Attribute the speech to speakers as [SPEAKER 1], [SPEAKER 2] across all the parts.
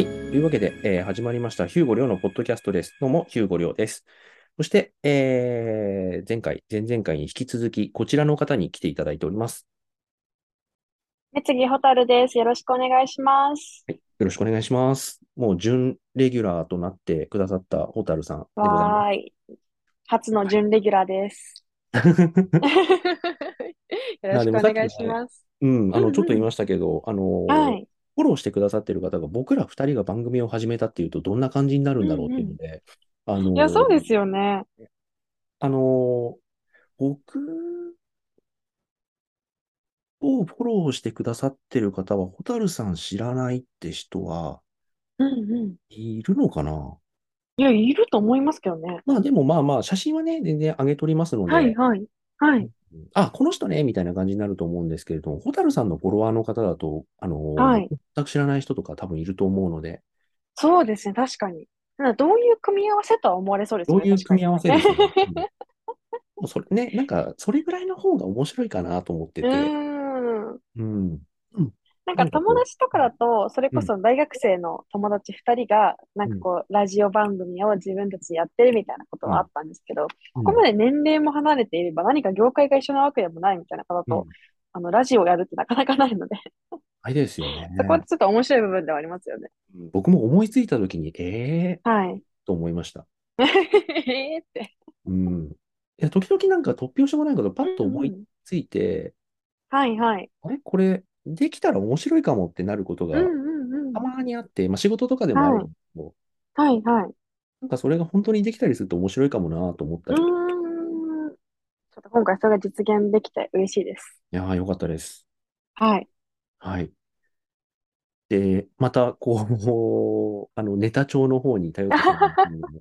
[SPEAKER 1] いうわけで、えー始まりました、ヒューゴリョウのポッドキャストです。どうも、ヒューゴリョウです。そして、えー前回、前々回に引き続き、こちらの方に来ていただいております。
[SPEAKER 2] 目次ほたるです。よろしくお願いします。
[SPEAKER 1] はい、よろしくお願いします。もう、準レギュラーとなってくださったホタルさんでござい
[SPEAKER 2] わ
[SPEAKER 1] ま
[SPEAKER 2] ーい。初の準レギュラ ーです。
[SPEAKER 1] す。
[SPEAKER 2] よろしくお願いします。
[SPEAKER 1] うん、あ
[SPEAKER 2] うんう
[SPEAKER 1] の、
[SPEAKER 2] ん
[SPEAKER 1] ちょっと言いましたけど、あの、
[SPEAKER 2] はい。
[SPEAKER 1] フォローしてくださってる方が、僕ら二人が番組を始めたっていうと、どんな感じになるんだろうっていうので、あの、
[SPEAKER 2] いや、そうですよね。
[SPEAKER 1] あのー僕をフォローしてくださってる方は、ホタルさん知らないって人は
[SPEAKER 2] うんうん。
[SPEAKER 1] いるのかない
[SPEAKER 2] や、いると思いますけどね。
[SPEAKER 1] まあでもまあまあ、写真はね、全然上げとりますの
[SPEAKER 2] はい
[SPEAKER 1] で、
[SPEAKER 2] はい。はい。
[SPEAKER 1] あ、この人ね、みたいな感じになると思うんですけれども、ホタルさんのフォロワーの方だと、あのー
[SPEAKER 2] はい
[SPEAKER 1] 全く知らない人とか多分いると思うので、
[SPEAKER 2] そうですね、確かに。ただどういう組み合わせとは思われそうです
[SPEAKER 1] どう
[SPEAKER 2] ね。
[SPEAKER 1] いう組み合わ
[SPEAKER 2] 確
[SPEAKER 1] せ
[SPEAKER 2] か
[SPEAKER 1] で
[SPEAKER 2] に
[SPEAKER 1] すよ ね。うんもうそれね、なんか、それぐらいの方が面白いかなと思ってて、
[SPEAKER 2] うーん。
[SPEAKER 1] うん。
[SPEAKER 2] なんか友達とかだと、それこそ大学生の友達2人が、なんかこう、ラジオ番組を自分たちでやってるみたいなことはあったんですけど、ここまで年齢も離れていれば何か業界が一緒なわけでもないみたいな方
[SPEAKER 1] うん
[SPEAKER 2] と、あの、ラジオをやるってなかなかないので、
[SPEAKER 1] あれですよね。
[SPEAKER 2] そこはちょっと面白い部分ではありますよね。
[SPEAKER 1] うん僕も思いついたときに、ええ
[SPEAKER 2] はい。
[SPEAKER 1] と思いました。
[SPEAKER 2] えーって。
[SPEAKER 1] うん。いや、時々なんか突拍子もないことパッと思いついて、
[SPEAKER 2] はいはい。
[SPEAKER 1] あれこれ、できたら面白いかもってなること
[SPEAKER 2] う
[SPEAKER 1] が
[SPEAKER 2] んうんうん。
[SPEAKER 1] たまにあって、まあ仕事とかでもあるんですけど、
[SPEAKER 2] はいはい。
[SPEAKER 1] なんかそれが本当にできたりすると面白いかもなと思った
[SPEAKER 2] うー
[SPEAKER 1] り、い
[SPEAKER 2] ん。ちょっと今回それが実現できて嬉しいです。
[SPEAKER 1] やー、よかったです。
[SPEAKER 2] はい。
[SPEAKER 1] はい。で、また、こう、あ の、ネタ帳の方に頼ってしまうんですけれど も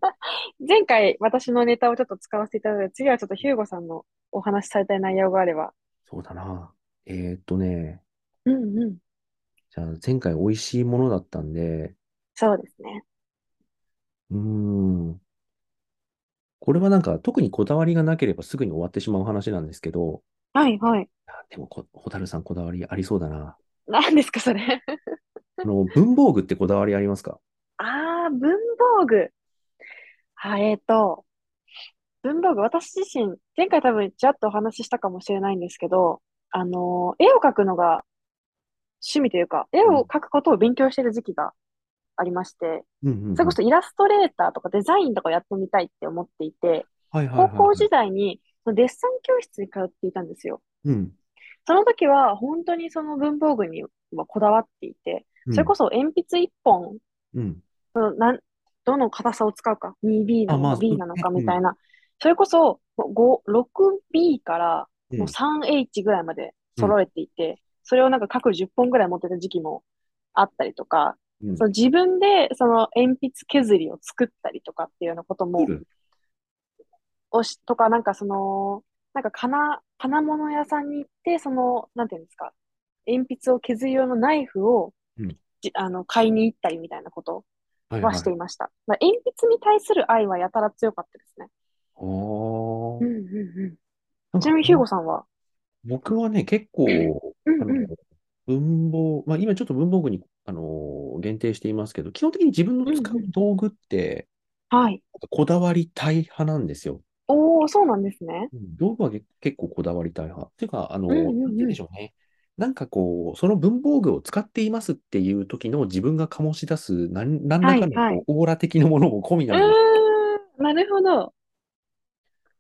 [SPEAKER 2] 前回私のネタをちょっと使わせていただいて、次はちょっとヒューゴさんのお話しされたい内容があれば。
[SPEAKER 1] そうだな。えーっとね、
[SPEAKER 2] うんうん。
[SPEAKER 1] じゃあ前回美味しいものだったんで、
[SPEAKER 2] そうですね。
[SPEAKER 1] うーん。これはなんか特にこだわりがなければすぐに終わってしまう話なんですけど、
[SPEAKER 2] はいはい。
[SPEAKER 1] あでもこ、ホタルさんこだわりありそうだな。
[SPEAKER 2] 何ですかそれ。
[SPEAKER 1] あの、 文房具ってこだわりありますか
[SPEAKER 2] ああ、文房具。あ、えーと、文房具、私自身、前回多分ちらっとお話ししたかもしれないんですけど、あのー絵を描くのが趣味というか、絵を描くことを勉強してる時期がありまして、
[SPEAKER 1] うんうんうん
[SPEAKER 2] それこそイラストレーターとかデザインとかやってみたいって思っていて、
[SPEAKER 1] はいはいは
[SPEAKER 2] 高
[SPEAKER 1] い
[SPEAKER 2] 校
[SPEAKER 1] はい
[SPEAKER 2] 時代にそのデッサン教室に通っていたんですよ。
[SPEAKER 1] うん。
[SPEAKER 2] その時は本当にその文房具にはこだわっていて、それこそ鉛筆一本
[SPEAKER 1] うん。うん。
[SPEAKER 2] そのなん、どの硬さを使うか、2B な
[SPEAKER 1] あまあ
[SPEAKER 2] のか B なのか
[SPEAKER 1] うん
[SPEAKER 2] みたいな、それこそご 6B から
[SPEAKER 1] うん
[SPEAKER 2] もう 3H ぐらいまで揃えていて、それをなんか各10本ぐらい持ってた時期もあったりとか、
[SPEAKER 1] うん
[SPEAKER 2] その自分でその鉛筆削りを作ったりとかっていうようなことも、
[SPEAKER 1] うん
[SPEAKER 2] をし、とか、なんかその、なんか金、金物屋さんに行って、その、なんていうんですか、鉛筆を削る用のナイフを
[SPEAKER 1] うん、
[SPEAKER 2] じあの、買いに行ったりみたいなこと
[SPEAKER 1] はい
[SPEAKER 2] は
[SPEAKER 1] はい
[SPEAKER 2] していました。まあ鉛筆に対する愛はやたら強かったですね。
[SPEAKER 1] あー
[SPEAKER 2] うんうんうん。
[SPEAKER 1] なん
[SPEAKER 2] ちなみに、
[SPEAKER 1] か
[SPEAKER 2] ヒューゴさんは
[SPEAKER 1] 僕はね、結構、
[SPEAKER 2] うん
[SPEAKER 1] あの
[SPEAKER 2] うん。、
[SPEAKER 1] 文房、まあ今ちょっと文房具に、あの、限定していますけど、基本的に自分の使う道具って、
[SPEAKER 2] はい。
[SPEAKER 1] こだわりたい派なんですよ。
[SPEAKER 2] おー、そうなんですね。
[SPEAKER 1] うん道具はけ結構こだわりたい派。っていうか、あの、
[SPEAKER 2] うんうんうん
[SPEAKER 1] なんて言うんでしょうね。なんかこう、その文房具を使っていますっていう時の自分が醸し出す何、何らかのこう
[SPEAKER 2] はいはい
[SPEAKER 1] オーラ的なものも込み
[SPEAKER 2] う
[SPEAKER 1] な
[SPEAKER 2] ー
[SPEAKER 1] ので、
[SPEAKER 2] ん、なるほど。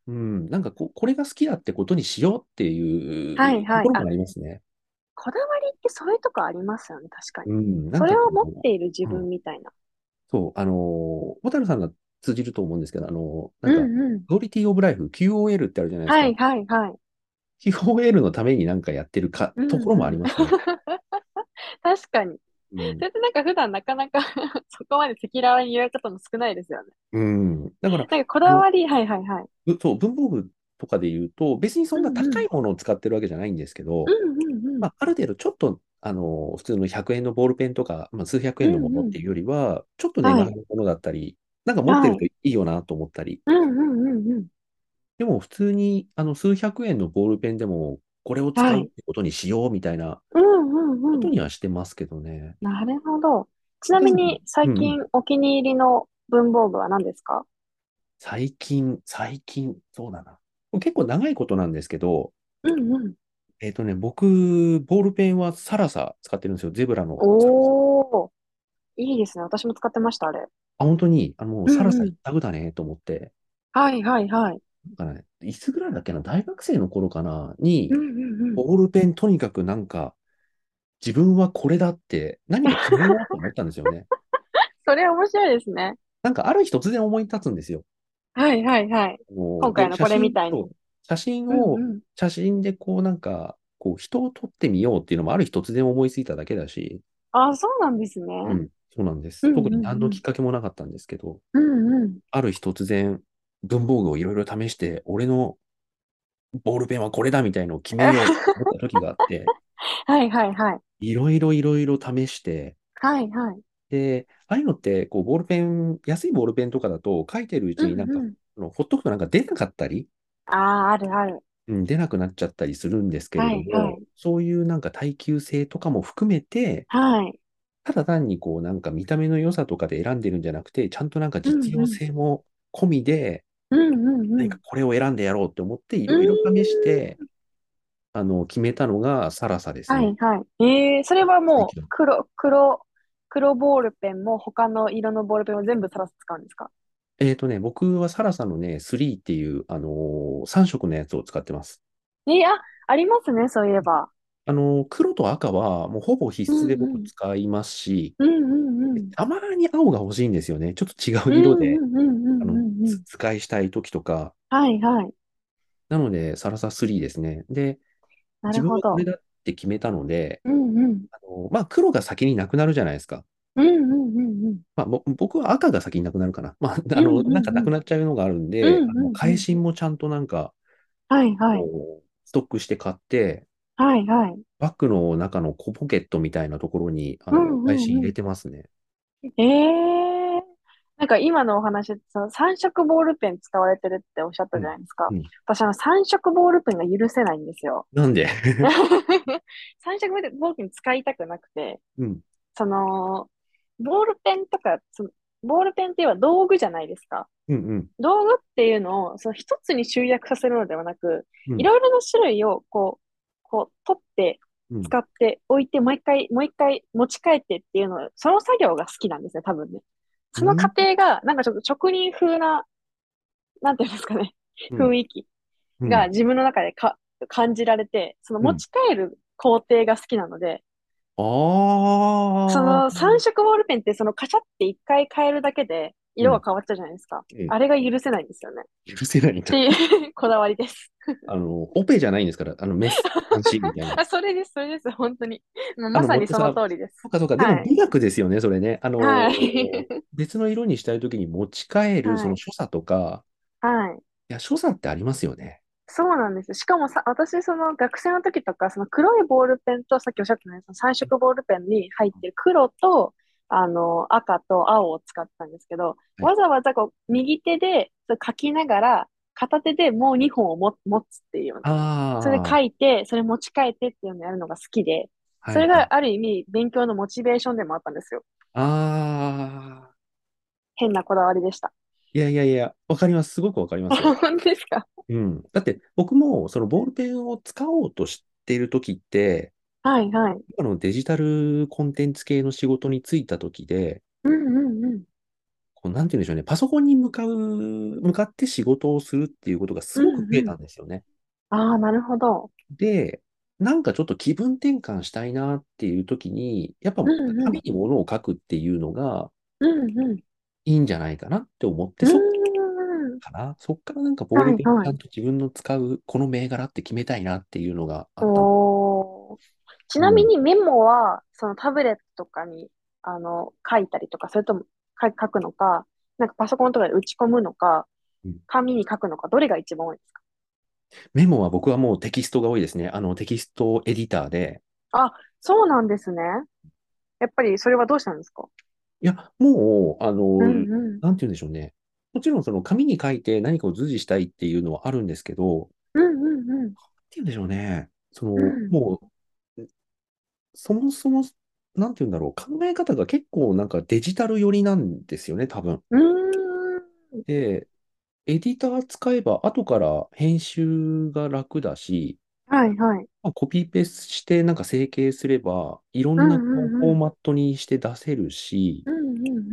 [SPEAKER 1] うん、なんかこう、これが好きだってことにしようっていう
[SPEAKER 2] はいはい
[SPEAKER 1] ところもありますね。
[SPEAKER 2] こだわりってそういうとこありますよね、確かに。
[SPEAKER 1] うん、なん
[SPEAKER 2] そ
[SPEAKER 1] か
[SPEAKER 2] れを持
[SPEAKER 1] こう
[SPEAKER 2] っている自分みたいな。
[SPEAKER 1] そう、あのー、小樽さんが通じると思うんですけど、あのー、な
[SPEAKER 2] う
[SPEAKER 1] んか、
[SPEAKER 2] んうん。
[SPEAKER 1] クオリティオブライフ、QOL ってあるじゃないですか。
[SPEAKER 2] はいはいはい。
[SPEAKER 1] QOL のためになんかやってるか、ところもありますね。
[SPEAKER 2] 確かに。
[SPEAKER 1] うん
[SPEAKER 2] それってなんか普段なかなか そこまで赤裸々に言われ方も少ないですよね。
[SPEAKER 1] うん。だから、
[SPEAKER 2] なんかこだわり、はいはいはい。
[SPEAKER 1] ぶそう、文房具とかで言うと、別にそんな高いものを使ってるわけじゃないんですけど
[SPEAKER 2] う、んうんうん。
[SPEAKER 1] まあ、ある程度ちょっと、あのー、普通の100円のボールペンとか、まあ、数百円のものっていうよりは、ちょっと値が張るものだったり、なんか持ってるといいよなと思ったり、
[SPEAKER 2] うんうんうんうん。
[SPEAKER 1] でも普通に、あの、数百円のボールペンでも、これを使うってことにしようみたいな
[SPEAKER 2] うんうんう
[SPEAKER 1] こ
[SPEAKER 2] ん
[SPEAKER 1] と。にはしてますけどね。
[SPEAKER 2] なるほど。ちなみに最
[SPEAKER 1] うん
[SPEAKER 2] 近お気に入りの文房具は何ですか
[SPEAKER 1] 最近、最近、そうだな。結構長いことなんですけど、
[SPEAKER 2] うんうん。
[SPEAKER 1] えっとね、僕、ボールペンはサラサ使ってるんですよ。ゼブラのサラサ。
[SPEAKER 2] おー、いいですね。私も使ってました、あれ。
[SPEAKER 1] あ、本当に、あ、も
[SPEAKER 2] ん
[SPEAKER 1] う
[SPEAKER 2] うん
[SPEAKER 1] サラサ一択だね、と思って。
[SPEAKER 2] はいはいはい。
[SPEAKER 1] なんかね、いつぐらいだっけな、大学生の頃かな、に
[SPEAKER 2] う、んうんうん。
[SPEAKER 1] ボールペンとにかくなんか、自分はこれだって、何か決めようと思ったんですよ ね。
[SPEAKER 2] それ面白いですね。
[SPEAKER 1] なんかある日突然思い立つんですよ。
[SPEAKER 2] はいはいはい。
[SPEAKER 1] もう
[SPEAKER 2] 今回
[SPEAKER 1] で
[SPEAKER 2] の
[SPEAKER 1] 写
[SPEAKER 2] これ
[SPEAKER 1] 真
[SPEAKER 2] みたいに
[SPEAKER 1] そう写真
[SPEAKER 2] うん
[SPEAKER 1] を、
[SPEAKER 2] うん。
[SPEAKER 1] 写真でこうなんか、こう人を撮ってみようっていうのもある日突然思いついただけだし、
[SPEAKER 2] あ、そうなんですね。
[SPEAKER 1] うん、そうなんで
[SPEAKER 2] うん
[SPEAKER 1] す。
[SPEAKER 2] うんうん
[SPEAKER 1] 特に何のきっかけもなかったんですけど、
[SPEAKER 2] うんうん。
[SPEAKER 1] ある日突然文房具をいろいろ試して、俺のボールペンはこれだみたいのを決めようと思った時があ って、
[SPEAKER 2] はいはいはい。
[SPEAKER 1] いろいろいろいろ試して、
[SPEAKER 2] はいはい。
[SPEAKER 1] で、ああいうのって、こう、ボールペン、安いボールペンとかだと、書いてるうち
[SPEAKER 2] う
[SPEAKER 1] になん
[SPEAKER 2] ん
[SPEAKER 1] か、
[SPEAKER 2] うん。
[SPEAKER 1] あのほっとくとなんか出なかったり、
[SPEAKER 2] ああ、あるある。
[SPEAKER 1] うん、出なくなっちゃったりするんですけれど
[SPEAKER 2] はいは
[SPEAKER 1] も、そういうなんか耐久性とかも含めて、
[SPEAKER 2] はい。
[SPEAKER 1] ただ単にこう、なんか見た目の良さとかで選んでるんじゃなくて、ちゃんとなんか実用性も込みで、
[SPEAKER 2] うんうんうん。
[SPEAKER 1] 何かこれを選んでやろうって思って、いろいろ試して、あの、決めたのがサラサです
[SPEAKER 2] は
[SPEAKER 1] ね。
[SPEAKER 2] いはい。ええそれはも
[SPEAKER 1] 最近
[SPEAKER 2] う黒、黒、黒ボールペンも他の色のボールペンも全部さらす使うんですか
[SPEAKER 1] えっとね、僕はサラサのね、3っていう、あのー、3色のやつを使ってます。
[SPEAKER 2] ええあ、ありますね、そういえば。
[SPEAKER 1] あの、黒と赤はもうほぼ必須で
[SPEAKER 2] うんう
[SPEAKER 1] 僕
[SPEAKER 2] ん
[SPEAKER 1] 使いますし、
[SPEAKER 2] うんうんうん。
[SPEAKER 1] たまに青が欲しいんですよね。ちょっと
[SPEAKER 2] う
[SPEAKER 1] 違うん色
[SPEAKER 2] うん
[SPEAKER 1] で、
[SPEAKER 2] うんうん
[SPEAKER 1] あ
[SPEAKER 2] う
[SPEAKER 1] の、
[SPEAKER 2] んうん
[SPEAKER 1] つ使いしたい時とか。
[SPEAKER 2] はいはい。
[SPEAKER 1] なので、サラサ3ですね。で、
[SPEAKER 2] な
[SPEAKER 1] 自
[SPEAKER 2] る
[SPEAKER 1] 分
[SPEAKER 2] ほ
[SPEAKER 1] はこ
[SPEAKER 2] ど
[SPEAKER 1] れ。だって決めたので、
[SPEAKER 2] うんうん。
[SPEAKER 1] あの、まあ、黒が先になくなるじゃないですか。
[SPEAKER 2] うんうんうんうん。
[SPEAKER 1] まあ、ぼ僕は赤が先になくなるかな。まあ、あ
[SPEAKER 2] うんう
[SPEAKER 1] の、
[SPEAKER 2] んうん
[SPEAKER 1] なんかなくなっちゃうのがあるん
[SPEAKER 2] うん
[SPEAKER 1] で、
[SPEAKER 2] うん
[SPEAKER 1] あ
[SPEAKER 2] う
[SPEAKER 1] の、
[SPEAKER 2] ん
[SPEAKER 1] 返しもちゃんとなんか、
[SPEAKER 2] はいはい。
[SPEAKER 1] こうストックして買って、
[SPEAKER 2] はいはい。
[SPEAKER 1] バッグの中の小ポケットみたいなところに、あ
[SPEAKER 2] うんうんう
[SPEAKER 1] の、
[SPEAKER 2] ん
[SPEAKER 1] 返し入れてますね。
[SPEAKER 2] ええなんか今のお話で、その3色ボールペン使われてるっておっしゃったじゃないですか。
[SPEAKER 1] うんうん
[SPEAKER 2] 私、あの3色ボールペンが許せないんです よ。
[SPEAKER 1] なんで
[SPEAKER 2] 3色ボールペン使いたくなくて、
[SPEAKER 1] うん。
[SPEAKER 2] その、ボールペンとか、そのボールペンっていうのは道具じゃないですか。
[SPEAKER 1] うんうん。
[SPEAKER 2] 道具っていうのを、その一つに集約させるのではなく、
[SPEAKER 1] うん
[SPEAKER 2] いろいろな種類をこう、こう、取って、
[SPEAKER 1] うん
[SPEAKER 2] 使って、置いて、もう一回、もう一回持ち帰ってっていうのを、その作業が好きなんですね、多分ね。その過程が、なんかちょっと職人風な、なんていうんですかね、
[SPEAKER 1] うん
[SPEAKER 2] 雰囲気が自分の中でか、感じられて、その持ち帰る工程が好きなので、
[SPEAKER 1] ああ。
[SPEAKER 2] その3色ボールペンってそのカシャって一回変えるだけで色が変わっちゃうじゃないですか。
[SPEAKER 1] うん
[SPEAKER 2] あれが許せないんですよね。
[SPEAKER 1] 許せないん
[SPEAKER 2] っ
[SPEAKER 1] だ。
[SPEAKER 2] ていう こだわりです。
[SPEAKER 1] あの、オペじゃないんですから、あの、メス、監視みたい な。
[SPEAKER 2] あ、それです、それです、本当に。もうまさにその通りです
[SPEAKER 1] そ。うかそうか。で
[SPEAKER 2] は
[SPEAKER 1] も
[SPEAKER 2] い
[SPEAKER 1] 美学ですよね、それね。あの、
[SPEAKER 2] はい。
[SPEAKER 1] 別の色にしたいときに持ち帰
[SPEAKER 2] はい
[SPEAKER 1] る、その所作とか、
[SPEAKER 2] はい。
[SPEAKER 1] いや、所作ってありますよね。
[SPEAKER 2] そうなんです。しかもさ、私、その学生の時とか、その黒いボールペンと、さっきおっしゃったね、その3色ボールペンに入ってる黒と、あの、赤と青を使ってたんですけど、
[SPEAKER 1] い
[SPEAKER 2] わざわざこう、右手でそう書きながら、片手でもう2本をも持つっていうような。
[SPEAKER 1] ああ。
[SPEAKER 2] それ書いて、それ持ち帰ってっていうのをやるのが好きで、
[SPEAKER 1] はい
[SPEAKER 2] それ
[SPEAKER 1] はい
[SPEAKER 2] がある意味勉強のモチベーションでもあったんですよ。
[SPEAKER 1] ああ。
[SPEAKER 2] 変なこだわりでした。
[SPEAKER 1] いやいやいや、わかります。すごくわかりますよ。
[SPEAKER 2] 本当ですか
[SPEAKER 1] うん。だって、僕も、そのボールペンを使おうとしているときって、
[SPEAKER 2] はいはい。
[SPEAKER 1] 今のデジタルコンテンツ系の仕事に就いたときで、
[SPEAKER 2] うんうんうん。
[SPEAKER 1] こう、なんて言うんでしょうね、パソコンに向かう、向かって仕事をするっていうことがすごく増えたんですよね。
[SPEAKER 2] ああ、なるほど。
[SPEAKER 1] で、なんかちょっと気分転換したいなっていう時に、やっぱ
[SPEAKER 2] うんうん
[SPEAKER 1] 紙に物を書くっていうのが
[SPEAKER 2] うんうん。
[SPEAKER 1] いいんじゃないかなって思っ
[SPEAKER 2] う
[SPEAKER 1] て、
[SPEAKER 2] ー
[SPEAKER 1] そっ
[SPEAKER 2] ん。
[SPEAKER 1] からかな、そっからなんかボールペン
[SPEAKER 2] はいはい
[SPEAKER 1] ちゃんと自分の使うこの銘柄って決めたいなっていうのがあったの。
[SPEAKER 2] おー。ちなみにメモは、そのタブレットとかに、あの、書いたりとか、それとも書書くのか、なんかパソコンとかで打ち込むのか
[SPEAKER 1] うん、
[SPEAKER 2] 紙に書くのか、どれが一番多いですか
[SPEAKER 1] メモは僕はもうテキストが多いですね。あのテキストエディターで。
[SPEAKER 2] そうなんですね。やっぱりそれはどうしたんですか
[SPEAKER 1] いや、もう、あの、
[SPEAKER 2] うんうん。
[SPEAKER 1] なんて言うんでしょうね。もちろんその紙に書いて何かを図示したいっていうのはあるんですけど、
[SPEAKER 2] うんうんうん。
[SPEAKER 1] なんて言うんでしょうね。その、
[SPEAKER 2] うん
[SPEAKER 1] もう、そもそもなんて言うんだろう、考え方が結構なんかデジタル寄りなんですよね、多分。
[SPEAKER 2] うーん。
[SPEAKER 1] で、エディター使えば後から編集が楽だし、
[SPEAKER 2] はいはい。
[SPEAKER 1] まあコピペしてなんか整形すれば、いろんな
[SPEAKER 2] うんうんうん
[SPEAKER 1] フォーマットにして出せるし、
[SPEAKER 2] うんう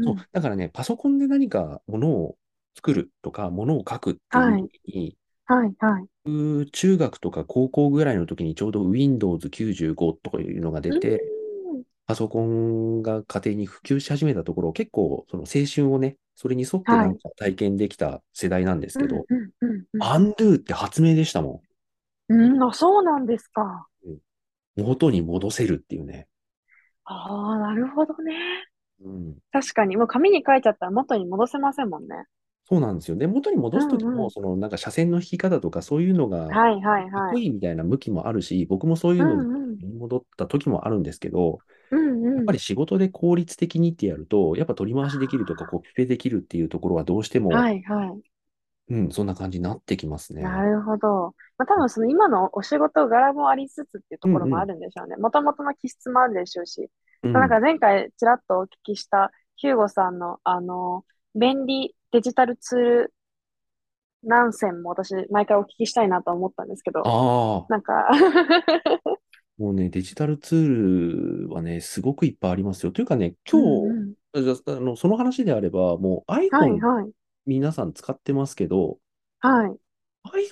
[SPEAKER 2] ん。、
[SPEAKER 1] そううんだからね、パソコンで何かものを作るとか、ものを書くっていう
[SPEAKER 2] はい
[SPEAKER 1] 時に、
[SPEAKER 2] はいはい。
[SPEAKER 1] 僕中学とか高校ぐらいの時にちょうど Windows 95とかいうのが出て、
[SPEAKER 2] うん
[SPEAKER 1] パソコンが家庭に普及し始めたところ、結構その青春をね、それに沿ってなんか体験できた世代なんですけど、
[SPEAKER 2] うんうんうんうん
[SPEAKER 1] アンドゥって発明でしたも
[SPEAKER 2] うん、あ、そうなんですか。
[SPEAKER 1] ん。元に戻せるっていうね。
[SPEAKER 2] ああ、なるほどね。
[SPEAKER 1] うん、
[SPEAKER 2] 確かに、もう紙に書いちゃったら元に戻せませんもんね。
[SPEAKER 1] そうなんですよ。で、元に戻す時
[SPEAKER 2] うんう
[SPEAKER 1] も、
[SPEAKER 2] ん
[SPEAKER 1] そのなんか斜線の引き方とかそういうのが、
[SPEAKER 2] はいはい
[SPEAKER 1] かっ
[SPEAKER 2] は
[SPEAKER 1] こ
[SPEAKER 2] い。
[SPEAKER 1] いいみたいな向きもあるし、僕もそういううの
[SPEAKER 2] んうん。
[SPEAKER 1] に戻った時もあるんですけど、
[SPEAKER 2] うんうん。
[SPEAKER 1] やっぱり仕事で効率的にってやると、やっぱ取り回しできるとか、コピペできるっていうところはどうしても、
[SPEAKER 2] はいは
[SPEAKER 1] うん、そんな感じになってきます
[SPEAKER 2] い。
[SPEAKER 1] ね。
[SPEAKER 2] なるほど。まあ多分その今のお仕事柄もありつつっていうところもあるんでしょうね。もともとの気質もあるでしょうし。
[SPEAKER 1] うん、
[SPEAKER 2] なんか前回ちらっとお聞きしたヒューゴさんのあの、便利デジタルツール何選も私毎回お聞きしたいなと思ったんですけど、
[SPEAKER 1] ああ、
[SPEAKER 2] なんか
[SPEAKER 1] もうね、デジタルツールはね、すごくいっぱいありますよ。というかね、
[SPEAKER 2] う
[SPEAKER 1] 今
[SPEAKER 2] ん うん
[SPEAKER 1] 日、じゃあ、あの、その話であれば、もう
[SPEAKER 2] はい
[SPEAKER 1] iPhone
[SPEAKER 2] はい。
[SPEAKER 1] 皆さん使ってますけど、
[SPEAKER 2] はい。